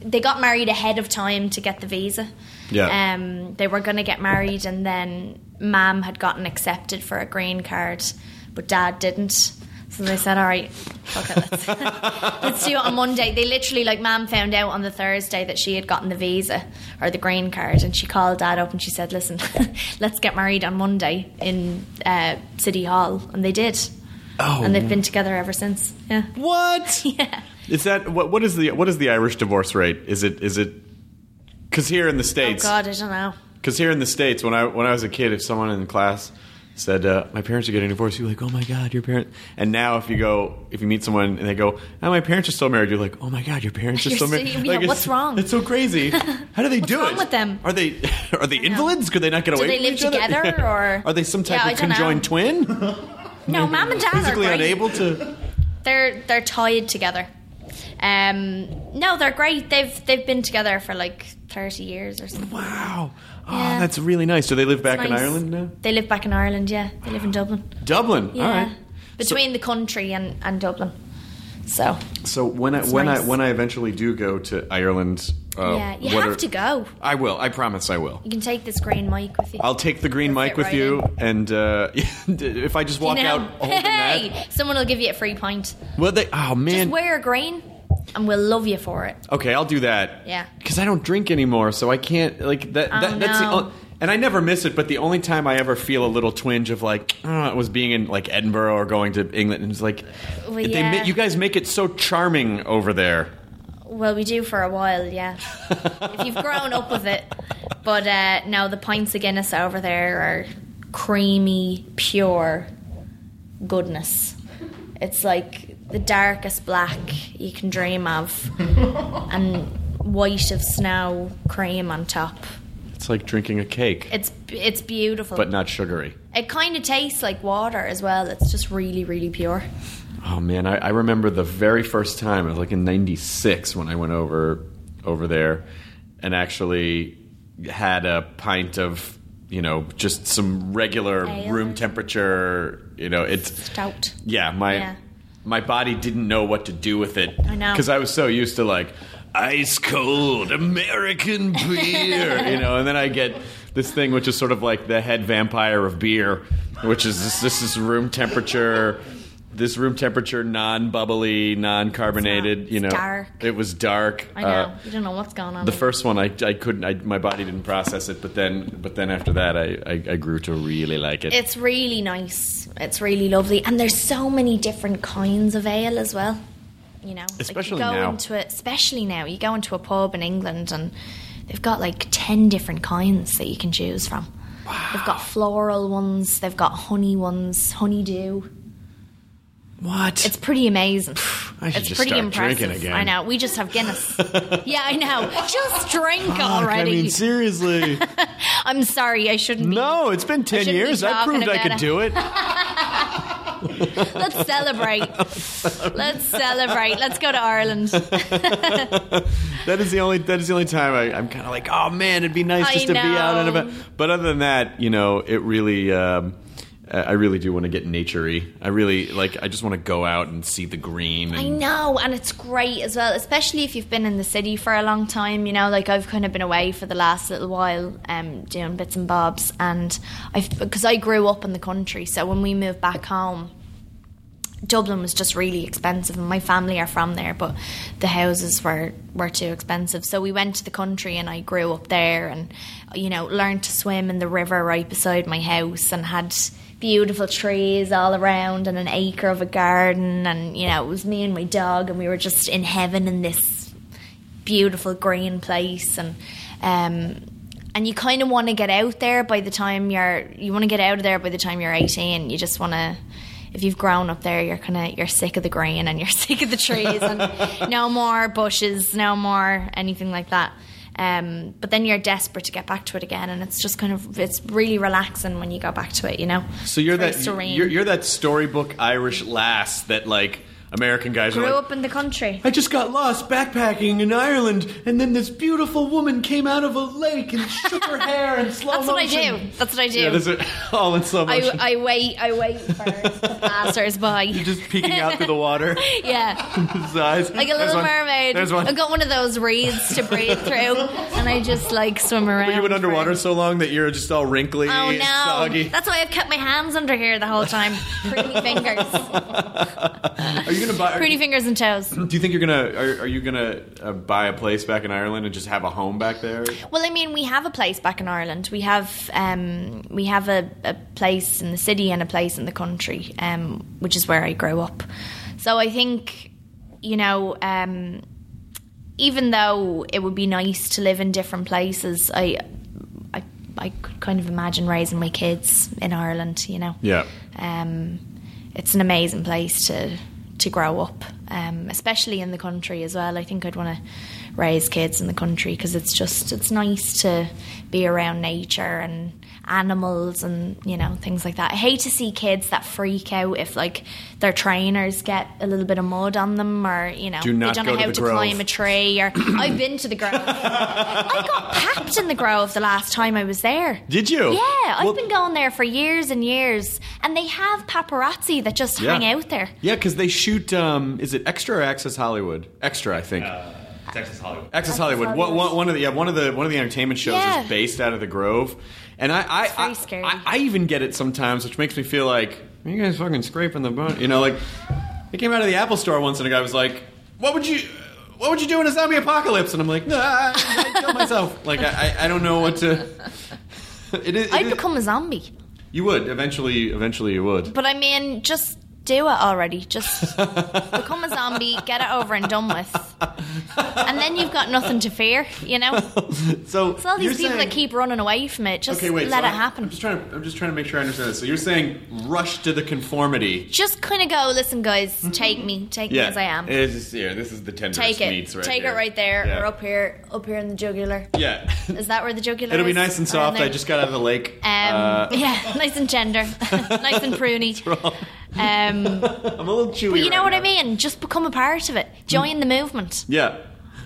F: They got married ahead of time to get the visa.
C: Yeah.
F: Um, they were going to get married, and then Mam had gotten accepted for a green card, but Dad didn't. So they said, "All right, fuck it, let's [laughs] let's do it on Monday. They literally, like, Mam found out on the Thursday that she had gotten the visa or the green card, and she called Dad up and she said, "Listen, [laughs] let's get married on Monday in uh, City Hall," and they did. Oh. And they've been together ever since. Yeah.
C: What
F: [laughs] Yeah.
C: is that? What, what is the what is the Irish divorce rate? Is it is it? Because here in the
F: Oh
C: states,
F: God, I don't know.
C: Because here in the states, when I when I was a kid, if someone in class said uh, my parents are getting divorced, you're like, oh my god, your parent. And now, if you go, if you meet someone and they go, oh, my parents are still married, you're like, oh my god, your parents are
F: You're
C: still
F: so-
C: married.
F: yeah,
C: Like, it's-
F: what's wrong?
C: It's so
F: [laughs]
C: crazy. How do they do it?
F: wrong with them?
C: Are they [laughs] are they
F: know.
C: invalids? Could they not get
F: Do
C: away?
F: they
C: from
F: live
C: each other?
F: together,
C: [laughs] Yeah.
F: or-
C: are they some type
F: Yeah, I
C: of
F: don't know.
C: conjoined twin?
F: No, Mam and Dad are
C: Physically
F: great.
C: unable to.
F: They're they're tied together. Um, no, they're great. They've they've been together for like thirty years or something.
C: Wow. Oh,
F: Yeah.
C: that's really nice. Do they live back in
F: Nice.
C: Ireland now?
F: They live back in Ireland. Yeah, they live in Dublin.
C: Dublin.
F: Yeah,
C: All right. So-
F: between the country and, and Dublin. So
C: So when I when
F: nice.
C: I when I eventually do go to Ireland, uh,
F: yeah, you
C: what
F: have
C: are-
F: to go.
C: I will. I promise I will.
F: You can take this green mic with you.
C: I'll take the green
F: You'll
C: mic
F: fit
C: with
F: right
C: you,
F: in.
C: and uh, [laughs] if I just
F: You
C: walk
F: know?
C: out holding
F: [laughs] hey,
C: that,
F: someone will give you a free pint.
C: well, they. Oh
F: Just
C: man.
F: wear a green, and we'll love you for it.
C: okay, I'll do that.
F: Yeah.
C: Because I don't drink anymore, so I can't like that.
F: Oh,
C: that That's the
F: no.
C: only, and I never miss it. But the only time I ever feel a little twinge of like "Ah," was being in like Edinburgh or going to England, and it's like
F: Well,
C: they
F: yeah.
C: ma- you guys make it so charming over there.
F: Well, we do for a while, yeah.
C: [laughs]
F: if you've grown up with it. But uh, no, the pints of Guinness over there are creamy, pure goodness.
C: [laughs]
F: It's like the darkest black you can dream of. and white of snow, cream on top.
C: It's like drinking a cake,
F: It's it's beautiful.
C: but not sugary.
F: It kind of tastes like water as well. It's just really, really pure.
C: Oh man, I, I remember the very first time. It was like in '96 when I went over over there and actually had a pint of you know just some regular
F: Ale.
C: room temperature. You know, it's
F: Stout.
C: yeah my
F: Yeah.
C: my body didn't know what to do with it.
F: I know.
C: because I was so used to like ice cold
F: [laughs]
C: American beer, you know, and then I get this thing which is sort of like the head vampire of beer, which is this, this is room temperature. This room temperature, non bubbly, non carbonated.
F: It's
C: You know,
F: dark.
C: it was dark.
F: I know.
C: Uh,
F: you don't know what's going on.
C: the first one, I, I couldn't. I, my body didn't process it, but then, but then after that, I, I, I grew to really like it.
F: It's really nice. It's really lovely, and there's so many different kinds of ale as well. You know,
C: Especially
F: like you go
C: now.
F: Into a, especially now, you go into a pub in England, and they've got like ten different kinds that you can choose from. They've got floral ones. They've got honey ones. Honeydew.
C: what?
F: It's pretty amazing.
C: [sighs] I should
F: it's
C: just
F: pretty
C: start
F: impressive.
C: drinking again.
F: I know. We just have
C: [laughs]
F: Guinness. yeah, I know. Just drink already.
C: I mean,
F: [laughs]
C: seriously.
F: I'm sorry. I shouldn't.
C: No, it's been 10
F: I shouldn't be
C: years. I
F: talking
C: proved I
F: about
C: could
F: it.
C: do it.
F: Be.
C: [laughs]
F: Let's celebrate. Let's celebrate. Let's go to Ireland.
C: That is the only that is the only time I, I'm kind of like, oh man, it'd be nice
F: I
C: just to be out and
F: know.
C: about. But other than that, you know, it really, um, I I really do want to get naturey. I really like. I just want to go out and see the green.
F: I
C: And
F: know, and it's great as well, especially if you've been in the city for a long time. You know, like I've kind of been away for the last little while, um, doing bits and bobs, and I've because I grew up in the country, so when we moved back home. Dublin was just really expensive, and my family are from there, but the houses were, were too expensive. So we went to the country, and I grew up there, and you know, learned to swim in the river right beside my house, and had beautiful trees all around, and an acre of a garden, and you know, it was me and my dog, and we were just in heaven in this beautiful green place, and um, and you kind of want to get out there by the time you're you want to get out of there by the time you're 18 you just want to if you've grown up there you're kind of you're sick of the green and you're [laughs] sick of the trees and no more bushes no more anything like that um, but then you're desperate to get back to it again and it's just kind of it's really relaxing when you go back to it you know
C: so you're
F: It's very
C: that
F: serene
C: you're, you're that storybook Irish lass that like American guys
F: grew
C: are like.
F: up in the country
C: I just got lost backpacking in Ireland, and then this beautiful woman came out of a lake and shook her hair
F: [laughs]
C: in slow
F: that's what I
C: motion.
F: do that's what I do
C: Yeah, this is all in slow motion. [laughs]
F: I, I wait I wait for the passers by
C: just peeking out through the water.
F: [laughs]
C: [laughs]
F: yeah
C: His eyes.
F: like a
C: There's
F: little
C: one.
F: mermaid.
C: There's one.
F: I've got one of those reeds to breathe
C: [laughs]
F: through, and I just like swim around.
C: But you went underwater
F: for-
C: so long that you're just all wrinkly
F: Oh
C: and
F: no!
C: soggy.
F: [laughs] That's why I've kept my hands under here the whole time.
C: [laughs]
F: Pretty fingers,
C: Are you gonna buy?
F: pretty fingers and toes.
C: do you think you're gonna? Are, are you gonna uh, buy a place back in Ireland and just have a home back there?
F: Well, I mean, we have a place back in Ireland. We have um, we have a, a place in the city and a place in the country, um, which is where I grew up. So I think, you know, um, even though it would be nice to live in different places, I, I, I could kind of imagine raising my kids in Ireland. You know,
C: Yeah.
F: um, it's an amazing place to to grow up, um, especially in the country as well. I think I'd want to raise kids in the country because it's just it's nice to be around nature and animals and you know things like that. I hate to see kids that freak out if like their trainers get a little bit of mud on them or you know
C: Do not
F: they don't
C: go
F: know
C: to
F: how
C: the
F: to
C: Grove.
F: climb a
C: [coughs]
F: tree or I've been to the Grove. I got packed in the Grove the last time I was there.
C: Did you?
F: Yeah, I've
C: Well-
F: been going there for years and years, and they have paparazzi that just hang out there.
C: Yeah, because they shoot. Um, is it Extra or Access Hollywood? Extra, I think.
D: Texas Hollywood.
C: Access Hollywood. One, one, one of the yeah, one of the one of the entertainment shows
F: Yeah.
C: is based out of the Grove, and I I,
F: very
C: I,
F: scary.
C: I I even get it sometimes, which makes me feel like "Are you guys fucking scraping the bone. You know, like I came out of the Apple Store once, and a guy was like, "What would you?" What would you do in a zombie apocalypse? And I'm like, nah, I I'd kill myself. [laughs] like, I, I- I don't know what to. [laughs] It is. it
F: I'd
C: is-
F: become a zombie.
C: You would eventually. Eventually, you would.
F: But I mean, just do it already.
C: [laughs]
F: Just become a zombie, get it over and done with, and then you've got nothing to fear. You know, it's
C: So
F: all
C: you're
F: these people
C: saying-
F: that keep running away from it. Just
C: Okay, wait.
F: let
C: so
F: it
C: I'm-
F: happen.
C: I'm just trying. To, I'm just trying to make sure I understand this. So you're saying rush to the conformity.
F: just kind of go, listen, guys, take me, take me as I am.
C: Mm-hmm. It is, yeah, this is the tenderest
F: Take it,
C: meats right
F: take
C: here.
F: it right there,
C: Yeah.
F: or up here, up here in the jugular. [laughs]
C: Yeah.
F: Is that where the
C: [laughs]
F: jugular?
C: It'll be
F: is?
C: nice and
F: Around
C: soft. I
F: there?
C: just got out of the lake.
F: Um,
C: Uh,
F: [laughs] yeah, nice and tender, [laughs] nice and
C: [laughs]
F: pruny.
C: I'm
F: Um,
C: a
F: [laughs]
C: little chewy.
F: but you know
C: right
F: what
C: now.
F: I mean. Just become a part of it. Join the movement.
C: Yeah.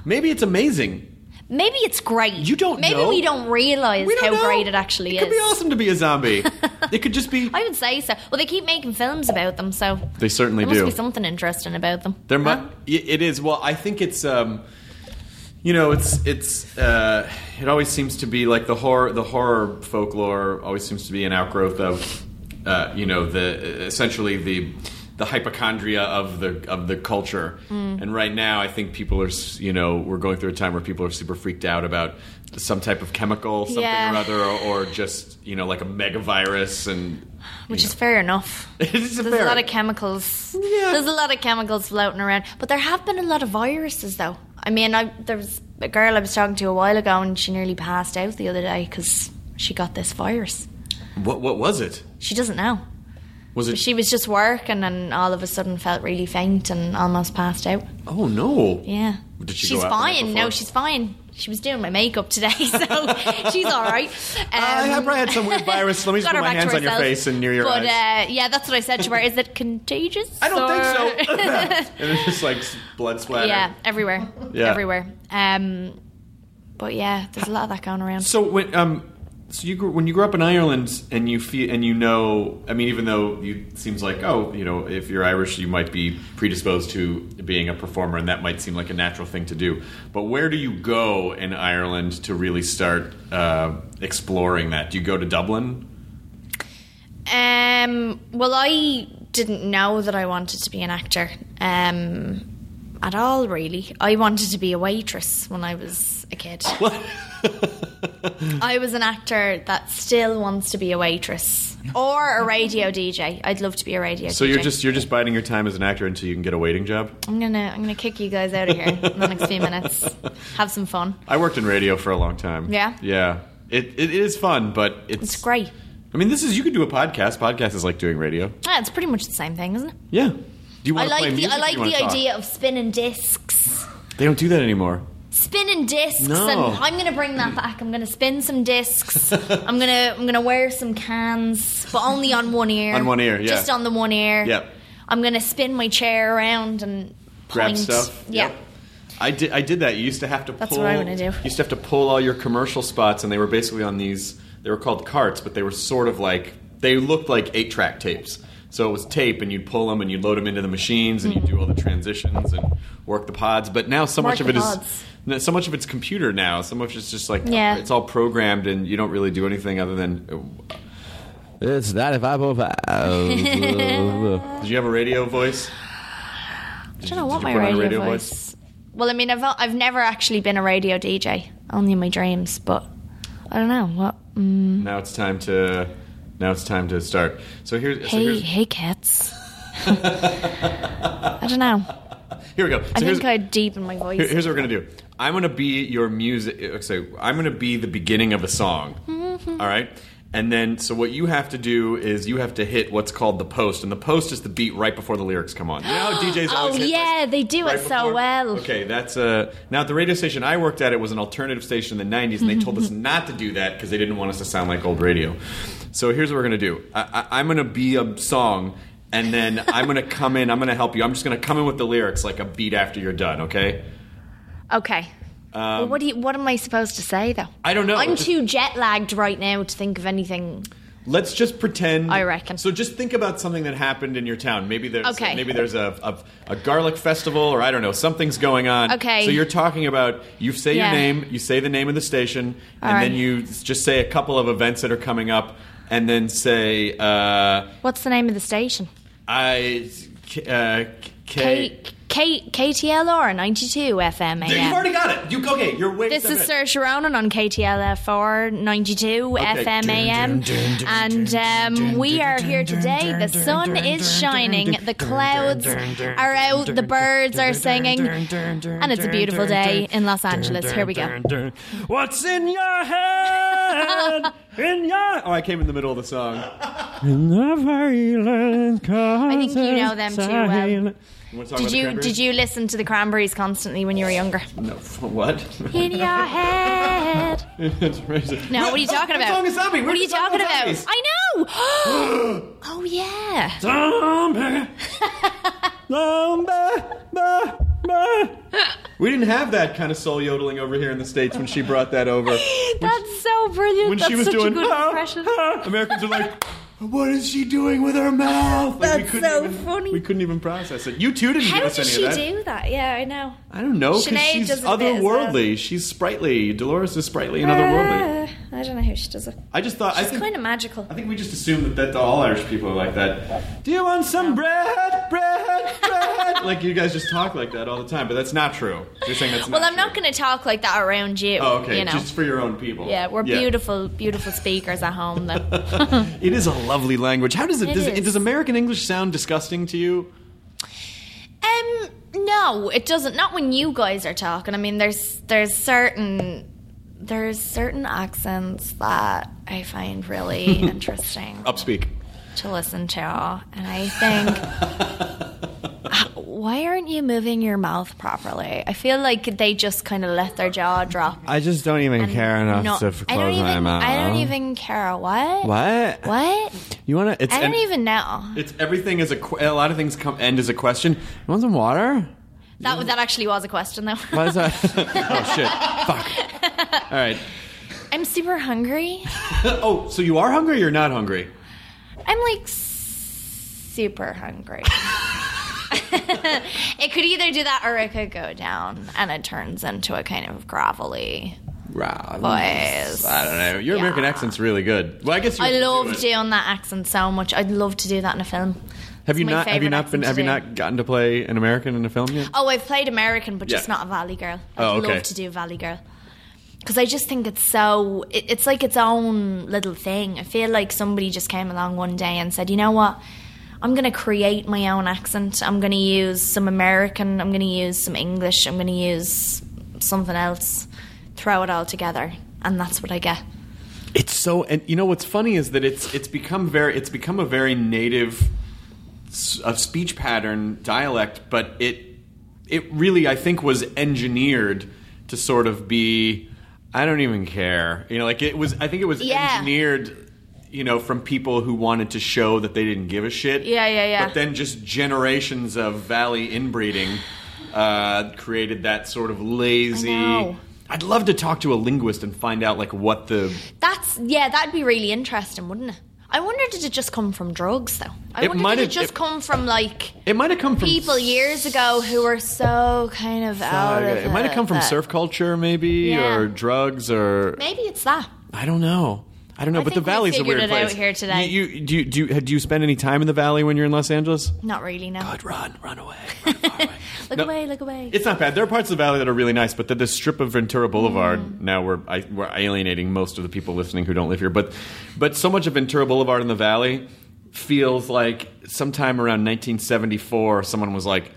C: Maybe it's amazing.
F: Maybe it's great.
C: You don't
F: Maybe
C: know.
F: we don't realize
C: We don't
F: how
C: know.
F: great it
C: It
F: actually is.
C: could be awesome to be a
F: [laughs]
C: zombie. it could just be.
F: I would say so. Well, they keep making films about them, so
C: They certainly
F: there must
C: do.
F: be something interesting about them.
C: There
F: Huh?
C: mu- y- it is. Well, I think it's um you know, it's it's uh it always seems to be like the horror the horror folklore always seems to be an outgrowth of uh you know, the essentially the the hypochondria of the of the culture.
F: Mm.
C: And right now I think people are s- you know, we're going through a time where people are super freaked out about some type of chemical something
F: Yeah.
C: or other or, or just, you know, like a megavirus and
F: Which is fair enough.
C: it's
F: There's a lot of chemicals. There's a lot of chemicals floating around. But there have been a lot of viruses, though. I mean, I, there was a girl I was talking to a while ago, and she nearly passed out the other day because she got this virus.
C: what what was it?
F: She doesn't know.
C: Was it
F: She was just working, and all of a sudden felt really faint and almost passed out.
C: Oh no.
F: Yeah.
C: Did she
F: she's
C: go out the night
F: fine.
C: before?
F: No, she's fine. She was doing my makeup today, [laughs] so she's all right. Um,
C: I had- probably had some weird virus.
F: [laughs]
C: Let me just
F: got
C: put
F: her
C: my
F: back to
C: hands on your
F: herself.
C: face and near your
F: but,
C: eyes.
F: uh, yeah, that's what I said to her. Is it contagious?
C: I don't think [laughs] so.
F: or- [laughs]
C: and it's just like blood splatter.
F: yeah, everywhere.
C: Yeah.
F: Everywhere. Um, but yeah, there's a lot of that going around.
C: So when um, so you grew, when you grew up in Ireland and you feel and you know, I mean, even though you seems like oh, you know, if you're Irish, you might be predisposed to being a performer, and that might seem like a natural thing to do. But where do you go in Ireland to really start uh, exploring that? Do you go to Dublin?
F: Um, well, I didn't know that I wanted to be an actor um, at all, really. I wanted to be a waitress when I was
C: [laughs]
F: a kid. I was an actor that still wants to be a waitress or a radio DJ. I'd love to be a radio DJ.
C: So you're just you're just biding your time as an actor until you can get a waiting job.
F: I'm gonna I'm gonna kick you guys out of here in the next
C: [laughs]
F: few minutes. Have some fun.
C: I worked in radio for a long time.
F: Yeah?
C: Yeah. It, it is fun, but it's,
F: It's great.
C: I mean, this is you could do a podcast. Podcast is like doing radio.
F: Yeah, it's pretty much the same thing, isn't it?
C: Yeah. Do you
F: I
C: want to play
F: like the
C: music?
F: I
C: or
F: like
C: you wanna
F: the
C: talk?
F: idea of spinning discs.
C: They don't do that anymore.
F: spinning discs
C: No.
F: and I'm gonna bring that back. I'm gonna spin some
C: [laughs]
F: discs. I'm gonna I'm gonna wear some cans, but only on one ear.
C: On one ear, yeah.
F: Just on the one ear.
C: Yep.
F: I'm gonna spin my chair around and
C: Grab
F: point.
C: stuff.
F: Yeah.
C: Yep. I did. I did that. You used to have to.
F: That's
C: pull,
F: what I wanna do.
C: You used to have to pull all your commercial spots, and they were basically on these. They were called carts, but they were sort of like they looked like eight track tapes. So it was tape, and you'd pull them, and you'd load them into the machines, and you'd do all the transitions and work the pods. But now so
F: Work
C: much of
F: the
C: it is
F: pods.
C: no, so much of it's computer now. So much it's just like
F: Yeah.
C: it's all programmed, and you don't really do anything other than.
H: It's 9505.
C: [laughs] Did you have a radio voice?
F: I don't know what
C: you
F: my
C: put on a
F: radio,
C: radio
F: voice. Well, I mean, I've I've never actually been a radio DJ, only in my dreams. But I don't know what.
C: Now it's time to. Now it's time to start. So here's. so
F: Hey,
C: here's
F: hey,
C: [laughs]
F: cats. I don't know.
C: here we go. So
F: I
C: here's,
F: think I'd deepen my voice.
C: here- here's what we're gonna do. I'm gonna be your music. So I'm gonna be the beginning of a song.
F: Mm-hmm.
C: All right. And then, so what you have to do is you have to hit what's called the post, and the post is the beat right before the lyrics come on. You know
F: [gasps]
C: how DJs always
F: oh
C: hit, like,
F: yeah, they do
C: right
F: it so
C: before?
F: well.
C: Okay, that's uh, now at the radio station I worked at. It was an alternative station in the '90s, and they told
F: [laughs]
C: us not to do that because they didn't want us to sound like old radio. So here's what we're gonna do. I, I, I'm gonna be a song, and then I'm gonna come in. I'm gonna help you. I'm just gonna come in with the lyrics like a beat after you're done. Okay.
F: Okay. well, what do you, what am I supposed to say though?
C: I don't know.
F: I'm
C: Just-
F: too jet lagged right now to think of anything.
C: Let's just pretend.
F: I reckon.
C: So just think about something that happened in your town. Maybe there's
F: Okay.
C: maybe there's a, a a garlic festival, or I don't know, something's going on.
F: Okay.
C: So you're talking about you say
F: Yeah.
C: your name, you say the name of the station, and
F: Alright.
C: then you s- just say a couple of events that are coming up, and then say uh,
F: What's the name of the station?
C: I. Uh,
F: K- K- KTLR 92 FM
C: You've
F: AM.
C: already got it. You okay? You're way.
F: This
C: seven
F: is
C: in.
F: Sir Sharonan on KTLFR 92 FM AM. And um, we are here today. The sun is shining, the clouds are out, the birds are singing, and it's a beautiful day in Los Angeles. Here we go.
I: What's in your
F: [laughs]
I: head? in your.
C: Oh, I came in the middle of the song.
I: In the violent
F: I think you know them too well.
C: You wanna talk about
F: Did
C: the
F: you
C: Cranberries?
F: did you listen to the Cranberries constantly when you were younger?
C: No. [laughs] f- What?
F: In your head.
C: It's racist.
F: No, what are you talking about?
C: What song is Zombie?
F: What are you talking about?
C: Zombies?
F: I know.
C: [gasps]
F: [gasps] oh yeah.
I: [gasps] Zombie. Zombie. Bah, bah.
C: We didn't have that kind of soul yodeling over here in the states when she brought that
F: [laughs]
C: over.
F: That's so brilliant.
C: When
F: That's
C: she was
F: such
C: doing
F: a good impression.
C: Americans are like, what is she doing with her mouth? Like, we
F: That's
C: couldn't
F: so
C: even-
F: funny.
C: We couldn't even process it. You two didn't
F: How
C: give us
F: does
C: any
F: she
C: of that.
F: do that? Yeah, I know.
C: I don't know because
F: Sinead
C: she's
F: does it a bit as well.
C: otherworldly. She's sprightly. Dolores is sprightly and otherworldly.
F: Uh, I don't know how she does it.
C: I just thought. I
F: She's
C: think,
F: kind of magical.
C: I think we just assume that, that all Irish people are like that. Do you want some bread? Bread? Bread? [laughs] like you guys just talk like that all the time, but that's not true. You're saying that's
F: Well,
C: not
F: I'm not
C: true.
F: going to talk like that around you.
C: Oh, okay.
F: You know.
C: Just for your own people.
F: yeah, we're beautiful, beautiful speakers at home. Though.
C: It is a lovely language. How does it,
F: It
C: does, it
F: is.
C: does American English sound disgusting to you?
F: Um, no, it doesn't. Not when you guys are talking. I mean, there's there's certain there's certain accents that I find really
I: [laughs]
F: interesting
C: Upspeak.
F: to listen to, and I think.
I: [laughs]
F: Why aren't you moving your mouth properly? I feel like they just kind of let their jaw drop.
I: I just don't even
F: and
I: care enough
F: no-
I: to f-
F: I don't
I: close
F: even,
I: my mouth.
F: I don't even care. What?
I: What?
F: What?
I: You wanna? It's
F: I don't
I: and-
F: even know.
C: It's everything is a que- a lot of things come end as a question.
I: You want some water?
F: That that actually was a question, though.
I: Mm. What is [laughs] that?
C: Oh shit! Fuck. All right.
F: [laughs] I'm super hungry.
C: Oh, so you are hungry? or You're not hungry?
F: I'm like
C: [laughs]
F: super hungry. it could either do that or it could go down and it turns into a kind of gravelly
C: Wow.
F: voice.
C: I don't know. Your American accent's really good. Well, I guess you
F: I
C: have to do
F: love
C: it.
F: doing that accent so much. I'd love to do that in a film.
C: Have you
F: my
C: not? Have you
F: favorite
C: not been?
F: accent
C: Have you
F: to do.
C: not gotten to play an American in a film yet?
F: Oh, I've played American, but just
C: Yeah.
F: not a Valley Girl. I'd
C: Oh, okay.
F: love to do Valley Girl. Because I just think it's so, it, it's like its own little thing. I feel like somebody just came along one day and said, you know what? I'm going to create my own accent. I'm going to use some American, I'm going to use some English, I'm going to use something else, throw it all together. And that's what I get.
C: It's so, and you know what's funny is that it's it's become very it's become a very native s- a speech pattern dialect, but it it really I think was engineered to sort of be I don't even care, you know, like it was I think it was
F: Yeah.
C: engineered. You know, from people who wanted to show that they didn't give a shit.
F: Yeah, yeah, yeah.
C: But then just generations of valley inbreeding uh, created that sort of lazy.
F: know.
C: I'd love to talk to a linguist and find out like what the
F: That's, yeah, that'd be really interesting, wouldn't it? I wonder did it just come from drugs, though? I
C: It
F: wonder
C: might
F: did
C: have-
F: it just
C: it-
F: come from, like,
C: It might have come from
F: people years ago who were so kind of out of
C: it might have come from
F: that.
C: surf culture, maybe,
F: Yeah.
C: or drugs, or
F: Maybe it's that.
C: I don't know. I don't know.
F: I
C: but the
F: think we
C: valley's a
F: figured
C: weird
F: it out
C: place.
F: here today.
C: You, you- do you, do you, do you spend any time in the valley when you're in Los Angeles?
F: Not really. No.
C: But run, run
F: [laughs]
C: away. run far away.
F: Look
C: No.
F: away. Look away.
C: It's not bad. There are parts of the valley that are really nice, but the, the strip of Ventura Boulevard now we're I, we're alienating most of the people listening who don't live here. But but so much of Ventura Boulevard in the valley feels like sometime around 1974, someone was like,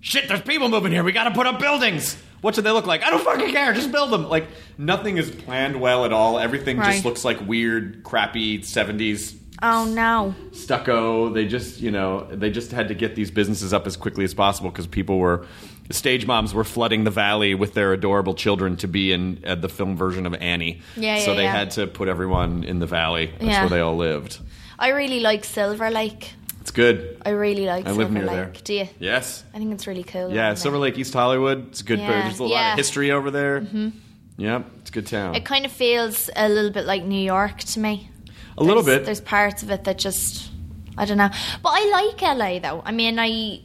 C: "Shit, there's people moving here. We got to put up buildings." What should they look like? I don't fucking care. Just build them. Like nothing is planned well at all. Everything just
F: Right.
C: looks like weird, crappy 70s
F: oh no.
C: stucco. They just, you know, they just had to get these businesses up as quickly as possible because people were, stage moms were flooding the valley with their adorable children to be in uh, the film version of Annie.
F: Yeah,
C: so
F: yeah,
C: they
F: yeah.
C: had to put everyone in the valley. That's
F: Yeah.
C: where they all lived.
F: I really like Silver Lake.
C: It's good.
F: I really like
C: I
F: Silver
C: live near
F: Lake.
C: there.
F: Do you?
C: Yes.
F: I think it's really cool.
C: Yeah,
F: around
C: Silver
F: there.
C: Lake, East Hollywood. It's a good.
F: Yeah.
C: There's a lot
F: Yeah.
C: of history over there. Mm-hmm. Yep, it's a good town.
F: It kind of feels a little bit like New York to me.
C: a little
F: There's-
C: bit.
F: There's parts of it that just I don't know. But I like LA though. I mean, I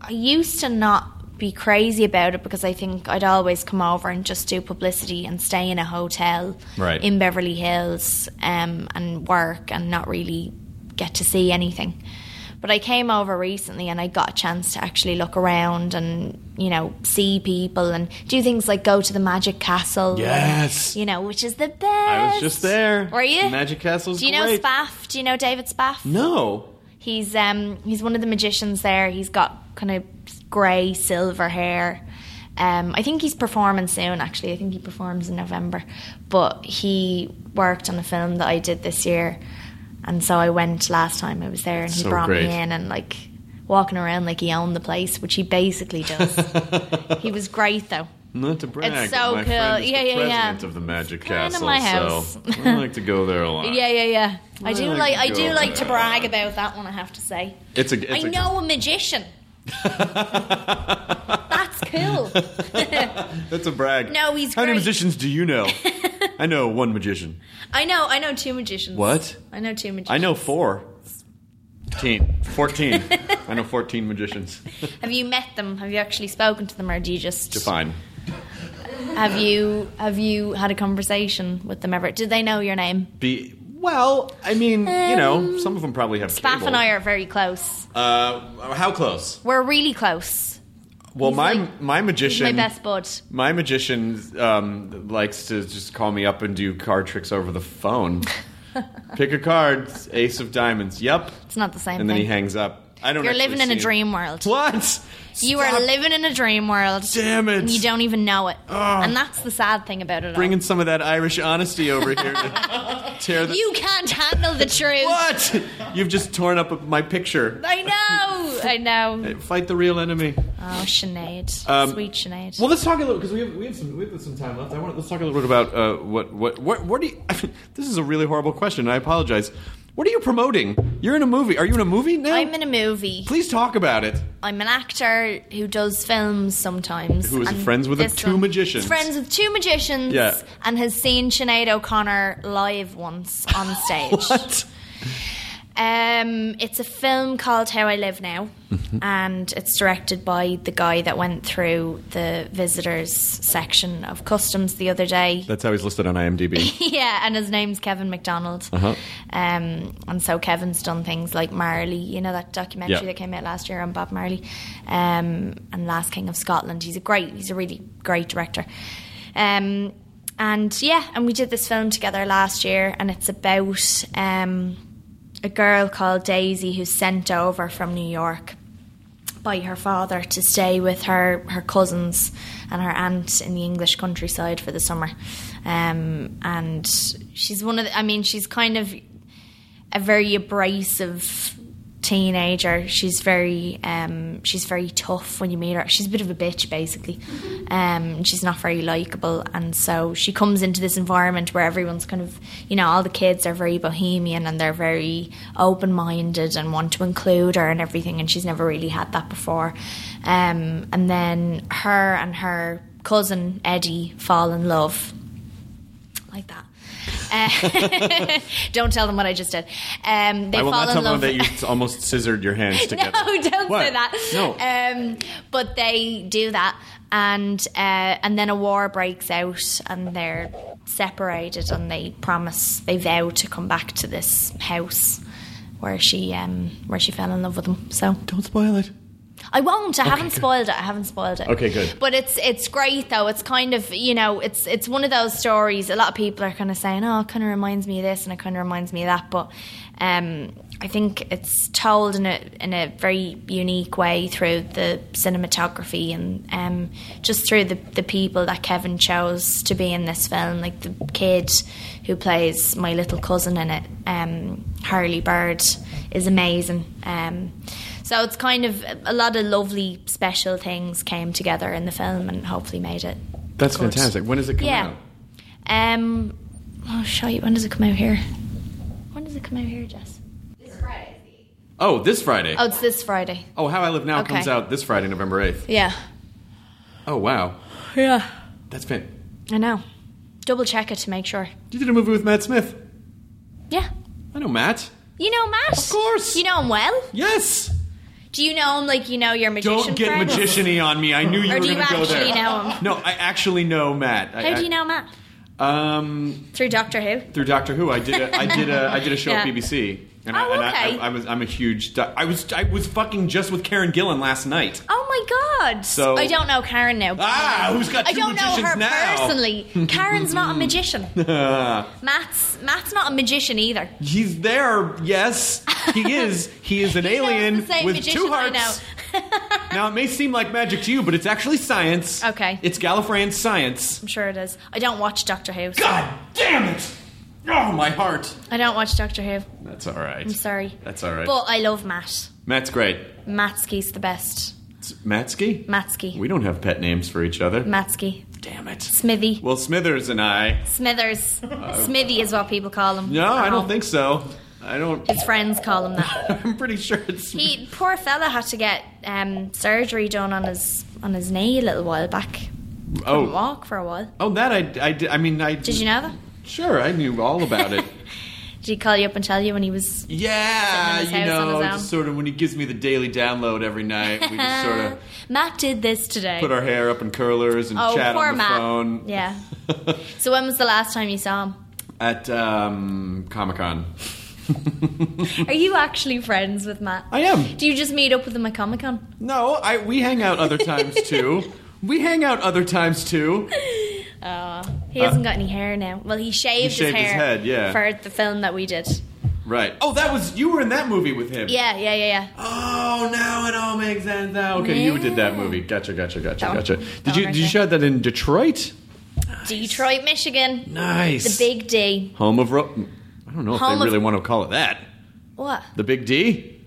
F: I used to not be crazy about it because I think I'd always come over and just do publicity and stay in a hotel
C: Right.
F: in Beverly Hills um, and work and not really get to see anything. But I came over recently and I got a chance to actually look around and, you know, see people and do things like go to the Magic Castle. and,
C: Yes.
F: you know, which is the best.
C: I was just there.
F: Were you?
C: Magic Castle's
F: Do you know
C: great.
F: Spaff? Do you know David Spaff?
C: No.
F: He's um he's one of the magicians there. He's got kind of grey silver hair. Um, I think he's performing soon. Actually, I think he performs in November. But he worked on a film that I did this year, and so I went last time I was there, and he
C: so
F: brought
C: great.
F: me in and like walking around like he owned the place, which he
C: [laughs]
F: basically does. he was great though.
C: Not to brag.
F: It's
C: but
F: so
C: my
F: cool.
C: Friend is
F: Yeah,
C: the
F: yeah, yeah.
C: president of the Magic
F: kinda
C: Castle,
F: my house.
C: so I like to go there a lot.
F: [laughs] Yeah, yeah, yeah. I
C: I
F: do
C: like
F: like I
C: to
F: do
C: go
F: like to
C: there.
F: brag about that one. I have to say.
C: It's a. It's
F: I
C: a-
F: know
C: [laughs]
F: a magician. That's cool.
C: That's a brag.
F: No, he's
C: How many
F: great.
C: magicians do you
F: [laughs]
C: know? I know one magician.
F: I know. I know two magicians.
C: What?
F: I know two magicians.
C: I know four. Teen. Fourteen. I know fourteen magicians.
F: Have you met them? Have you actually spoken to them, or do you just
C: Fine.
F: have you have you had a conversation with them ever? Do they know your name?
C: Be well. I mean, you know,
F: Um,
C: some of them probably have.
F: Spaff and I are very close.
C: Uh, how close?
F: We're really close.
C: Well,
F: He's
C: my
F: like-
C: my
F: He's
C: magician.
F: my best bud.
C: My magician um, likes to just call me up and do card tricks over the
F: [laughs]
C: phone. Pick a card, ace of diamonds. Yep.
F: It's not the same
C: And then he
F: thing.
C: hangs up. I don't.
F: You're
C: actually
F: living in
C: see
F: a
C: him.
F: dream world.
C: What?
F: You are
C: Stop
F: living in a dream world.
C: Damn it.
F: And you don't even know it. And that's the sad thing about it all.
C: Bringing some of that Irish honesty over here.
F: [laughs]
C: to tear the.
F: You can't handle the truth.
C: what? You've just torn up my picture. [laughs]
F: I know. I know.
C: Fight the real enemy.
F: Oh, Sinead. Sweet Sinead.
C: Um, Well, let's talk a little because we have we have some we have some time left. I want let's talk a little bit about uh, what what what what do you? [laughs] this is a really horrible question. I apologize. What are you promoting? You're in a movie. Are you in a movie now?
F: I'm in a movie.
C: Please talk about it.
F: I'm an actor who does films sometimes.
C: Who is
F: and
C: friends with
F: this
C: two
F: one-
C: magicians.
F: Friends with two magicians.
C: Yeah.
F: And has seen Sinead O'Connor live once on stage.
C: [laughs] What?
F: Um, it's a film called How I Live Now, and it's directed by the guy that went through the visitors section of customs the other day.
C: That's how he's listed on IMDb.
F: [laughs] yeah, and his name's Kevin McDonald. Um, and so Kevin's done things like Marley, you know that documentary
C: Yeah.
F: that came out last year on Bob Marley, um, and Last King of Scotland. He's a great, he's a really great director. Um, and yeah, and we did this film together last year, and it's about um, a girl called Daisy who's sent over from New York by her father to stay with her, her cousins and her aunt in the English countryside for the summer. Um, and she's one of the, I mean, she's kind of a very abrasive teenager. She's very um, she's very tough when you meet her. She's a bit of a bitch basically. Um, she's not very likable, and so she comes into this environment where everyone's kind of you know all the kids are very bohemian and they're very open minded and want to include her and everything. And she's never really had that before. Um, and then her and her cousin Eddie fall in love like that. Uh, [laughs] don't tell them what I just did. Um, they
C: I will
F: fall
C: not
F: in
C: tell them
F: love.
C: that you
F: [laughs]
C: almost scissored your hands together.
F: no, don't
C: What?
F: say that.
C: No.
F: Um, but they do that, and uh, and then a war breaks out, and they're separated, and they promise, they vow to come back to this house where she um, where she fell in love with him. So
C: Don't spoil it.
F: I won't. I haven't spoiled it. I haven't spoiled it.
C: Okay, good.
F: But it's it's great though. It's kind of you know it's it's one of those stories. A lot of people are kind of saying, oh, it kind of reminds me of this and it kind of reminds me of that. But um, I think it's told in a in a very unique way through the cinematography and um, just through the the people that Kevin chose to be in this film, like the kid who plays my little cousin in it, um, Harley Bird, is amazing. Um, so it's kind of a lot of lovely special things came together in the film and hopefully made it.
C: That's
F: good.
C: fantastic. When does it come
F: Yeah.
C: out?
F: Um, I'll show you. When does it come out here? When does it come out here, Jess?
C: Oh, this Friday.
F: Oh, it's this Friday.
C: Oh, How I Live Now
F: Okay.
C: comes out this Friday, November eighth.
F: Yeah.
C: Oh wow,
F: Yeah.
C: that's fin.
F: I know. Double check it to make sure.
C: You did a movie with Matt Smith.
F: Yeah.
C: I know Matt.
F: You know Matt?
C: Of course.
F: You know him well?
C: Yes.
F: Do you know him like you know your magician
C: Don't get
F: friends?
C: magiciany on me. I knew you
F: Or
C: were
F: do you
C: going to go there.
F: actually know him?
C: No, I actually know Matt. I-
F: How
C: I-
F: do you know Matt?
C: Um,
F: Through Doctor Who?
C: through Doctor Who, I did a, I did a, I did a show
F: Yeah.
C: at BBC. And
F: Oh,
C: I, and
F: okay.
C: I, I, I was I'm a huge. di- I was I was fucking just with Karen Gillan last night.
F: Oh my god!
C: So-
F: I don't know Karen now.
C: Ah, who's got
F: I
C: two
F: don't know
C: magicians
F: her
C: now?
F: personally.
C: [laughs]
F: Karen's not a magician. Matt's Matt's not a magician either.
C: He's there. Yes, he is. He
F: [laughs]
C: is an
F: You know, it's
C: alien
F: the same
C: with
F: magician
C: two
F: I
C: hearts. [laughs] now it may seem like magic to you, but it's actually science.
F: Okay.
C: It's Gallifreyan science.
F: [laughs] I'm sure it is. I don't watch Doctor Who. so-
C: God damn it! Oh, my heart.
F: I don't watch Doctor Who.
C: That's all right.
F: I'm sorry.
C: That's all right.
F: But I love Matt.
C: Matt's great.
F: Matsky's the best.
C: It's Matsky.
F: Matsky.
C: We don't have pet names for each other.
F: Matsky.
C: damn it.
F: Smithy.
C: Well, Smithers and I. [laughs]
F: Smithers. Smithy is what people call him.
C: No, I
F: at
C: don't
F: home.
C: think so. I don't.
F: His friends call him that.
C: [laughs] I'm pretty sure it's.
F: He poor fella had to get um, surgery done on his on his knee a little while back. Couldn't
C: oh,
F: walk for a while.
C: oh, that I, I, did- I mean, I.
F: Did you know that?
C: Sure, I knew all about
F: [laughs]
C: it.
F: Did he call you up and tell you when he was?
C: yeah,
F: Sitting in his
C: you
F: house on
C: know,
F: his
C: just
F: own.
C: sort of when he gives me the daily download every night, we just sort
F: [laughs]
C: of
F: "Ah, Matt did this today.
C: put our hair up in curlers and
F: oh,
C: chat
F: poor
C: on the
F: Matt.
C: phone [laughs]
F: Yeah. so when was the last time you saw him?
C: at um, Comic Con.
F: Are you actually friends with Matt?
C: I am.
F: Do you just meet up with him at Comic Con?
C: [laughs] No, I we hang out other times
F: [laughs]
C: too. We hang out other times too.
F: He hasn't got any hair now. Well, he shaved,
C: Uh, shaved his
F: hair
C: head, yeah.
F: for the film that we did.
C: Right. Oh, that was you were in that movie with him.
F: Yeah, yeah, yeah, yeah.
C: Oh, now it all makes sense. Now, okay, you did that movie. Gotcha, gotcha, gotcha,
F: That one.
C: gotcha.
F: That
C: Did
F: one
C: you
F: right
C: did you
F: there.
C: shot that in Detroit?
F: Detroit, Michigan. The
C: Nice.
F: Big D.
C: home of. Ro- I don't know if
F: Home
C: they
F: of-
C: really want to call it that.
F: What?
C: The Big D.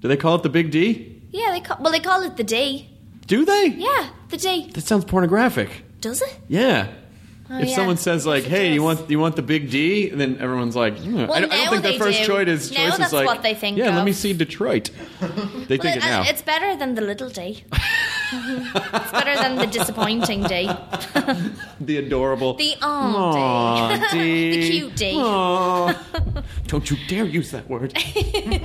C: Do they call it the Big D?
F: Yeah, they call well they call it the D.
C: Do they?
F: Yeah, the D.
C: That sounds pornographic.
F: Does it? Oh,
C: Yeah. if
F: yeah.
C: someone says like,
F: Yes, it
C: "Hey, you
F: does.
C: want you want the Big D?" and then everyone's like, "Hmm." I, don't- I
F: now
C: don't think their
F: they
C: first
F: do.
C: choice is
F: Now
C: choice is
F: that's
C: like,
F: what they think
C: "Yeah, let
F: of.
C: me see Detroit." They think it
F: Well,
C: now.
F: uh, It's better than the little
C: [laughs]
F: D. it's better than the disappointing D.
C: the adorable.
F: The aw
C: Aw,
F: [laughs]
C: D.
F: The cute D. [laughs]
C: Aw. Don't you dare use that word.
F: D.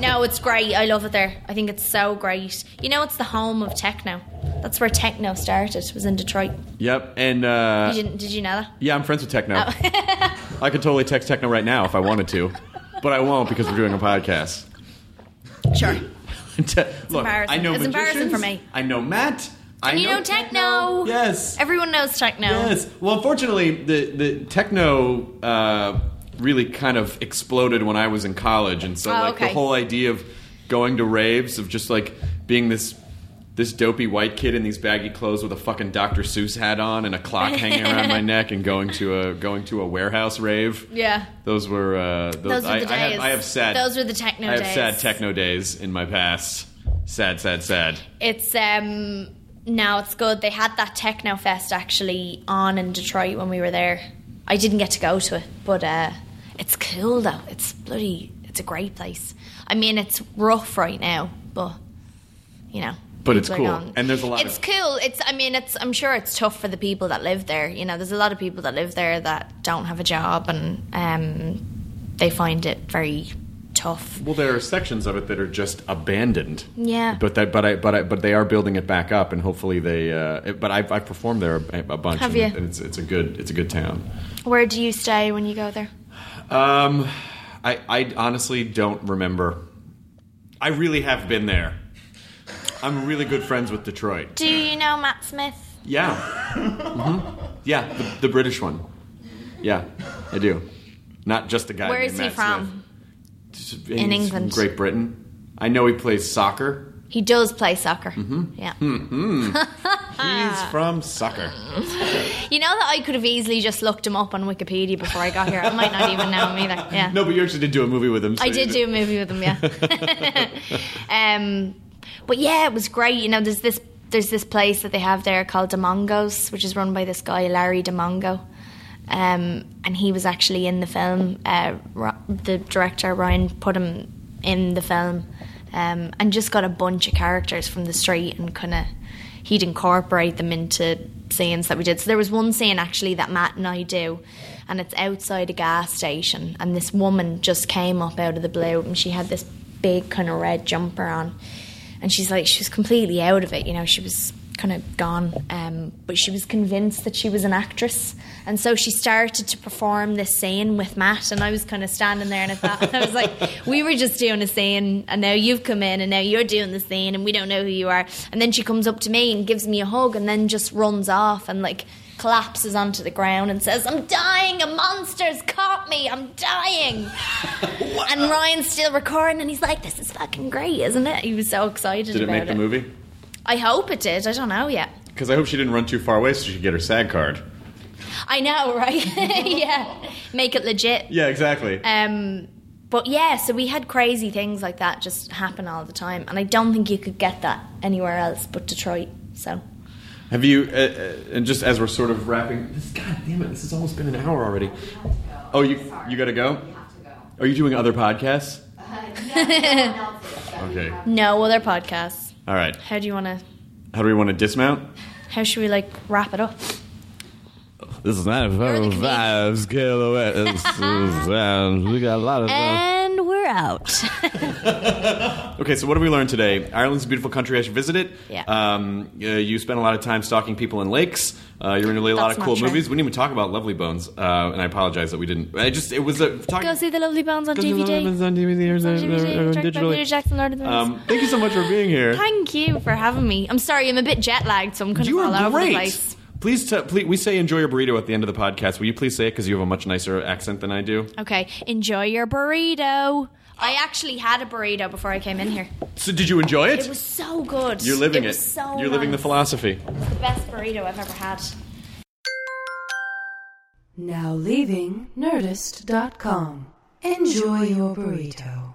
F: No, it's great. I love it there. I think it's so great. You know, it's the home of techno. That's where techno started. Was in Detroit.
C: Yep, and
F: You
C: uh,
F: didn't? Oh. Did you know that?
C: yeah, I'm friends with Techno.
F: [laughs]
C: I could totally text Techno right now if I wanted to, but I won't because we're doing a podcast.
F: Sure.
C: Te- [laughs] Look, I
F: embarrassing.
C: know
F: It's embarrassing
C: magicians,
F: for me.
C: I know Matt. I
F: And you know techno.
C: Yes.
F: Everyone knows techno.
C: Yes. Well, unfortunately, the the techno uh, really kind of exploded when I was in college, and so
F: Oh,
C: like the
F: okay.
C: whole idea of going to raves of just like being this this dopey white kid in these baggy clothes with a fucking Dr. Seuss hat on and a
F: [laughs]
C: clock hanging around my neck and going to a going to a warehouse rave.
F: Yeah.
C: Those were uh, those,
F: Those were
C: I,
F: the
C: I have,
F: days.
C: I have sad.
F: Those were the techno
C: I have
F: days.
C: sad techno days in my past. Sad, sad, sad.
F: It's um no, it's good. They had that techno fest actually on in Detroit when we were there. I didn't get to go to it, but uh, it's cool though. It's bloody, it's a great place. I mean, it's rough right now, but you know.
C: But it's
F: people are
C: cool. And there's a lot
F: It's
C: of-
F: cool. It's I mean, it's I'm sure it's tough for the people that live there. You know, there's a lot of people that live there that don't have a job and um, they find it very tough.
C: Well, there are sections of it that are just abandoned.
F: Yeah.
C: But that, but I, but I, but they are building it back up, and hopefully they. Uh, it- but I've, I've performed there a, a bunch.
F: Have
C: and,
F: you?
C: and it's, it's a good, it's a good town.
F: Where do you stay when you go there?
C: Um, I, I honestly don't remember. I really have been there. I'm really good friends with Detroit.
F: Do you know Matt Smith?
C: Yeah. hmm Yeah, the, the British one. Yeah, I do. Not just the guy.
F: Where
C: named
F: is he
C: Matt
F: from?
C: Smith. Just-
F: In
C: he's from
F: England.
C: Great Britain. I know he plays soccer.
F: He does play soccer. Mm-hmm. Yeah.
C: He's
F: Ah.
C: from soccer.
F: You know that I could have easily just looked him up on Wikipedia before I got here. I might not even know him either.
C: [laughs]
F: Yeah.
C: No, but you actually did do a movie with him. so
F: I
C: you
F: did do a movie with him, yeah.
C: [laughs]
F: um, but yeah, it was great. You know, there's this there's this place that they have there called Demongos, which is run by this guy Larry Demongo, um, and he was actually in the film. Uh, Ro- the director Ryan put him in the film, um, and just got a bunch of characters from the street and kind of he'd incorporate them into scenes that we did. So there was one scene actually that Matt and I do, and it's outside a gas station, and this woman just came up out of the blue, and she had this big kind of red jumper on, and she's like, she was completely out of it, you know, she was kind of gone. Um, but she was convinced that she was an actress, and so she started to perform this scene with Matt. And I was kind of standing there, and I thought [laughs] I was like, "We were just doing a scene, and now you've come in, and now you're doing the scene, and we don't know who you are." And then she comes up to me and gives me a hug, and then just runs off and like collapses onto the ground and says, "I'm dying. A monster's caught me. I'm
C: [laughs]
F: dying." and Ryan's still recording, and he's like, "This is fucking great, isn't it?" He was so excited.
C: Did it
F: about
C: make the movie?
F: I hope it did. I don't know yet.
C: Because I hope she didn't run too far away so she could get her SAG card.
F: I
C: [laughs]
F: know, [laughs] right? yeah, make it legit.
C: Yeah, exactly.
F: Um, but yeah, so we had crazy things like that just happen all the time, and I don't think you could get that anywhere else but Detroit. So
C: Have you? Uh, uh, and just as we're sort of wrapping, this god damn it, this has almost been an hour already. Oh, you you gotta go. Are you doing other podcasts?
F: [laughs]
C: Okay.
F: no other podcasts.
C: All right.
F: How do you want to?
C: How do we want to dismount?
F: How should we like wrap it up?
J: This is not
F: the comedian.
J: vibes, [laughs] kilowatt. uh, We got a lot of
F: And we're out.
C: Okay, so what have we learned today? Ireland's a beautiful country. I should visit it.
F: Yeah.
C: Um, uh, you spend a lot of time stalking people in lakes. Uh, you're in really a lot
F: That's
C: of
F: not
C: cool
F: true.
C: movies. We didn't even talk about Lovely Bones, uh, and I apologize that we didn't. I just it was a talk,
F: Go see the Lovely Bones on
C: Go see the Lovely Bones
F: DVD.
C: on DVD or,
F: It's on
C: or-
F: DVD,
C: or
F: directed by Peter
C: digitally.
F: Jackson, Lord of the Rings.
C: Um, thank you so much for being here.
F: Thank you for having me. I'm sorry, I'm a bit jet lagged, so I'm kind
C: You
F: of all
C: were
F: over the
C: great.
F: place.
C: Please, t- please, we say enjoy your burrito at the end of the podcast. Will you please say it because you have a much nicer accent than I do?
F: Okay, enjoy your burrito. I actually had a burrito before I came in here.
C: So, did you enjoy it?
F: It was so good.
C: You're living it.
F: was so
C: You're living the
F: nice.
C: philosophy.
F: It's the best burrito I've ever had.
E: Now leaving Nerdist.com. Enjoy your burrito.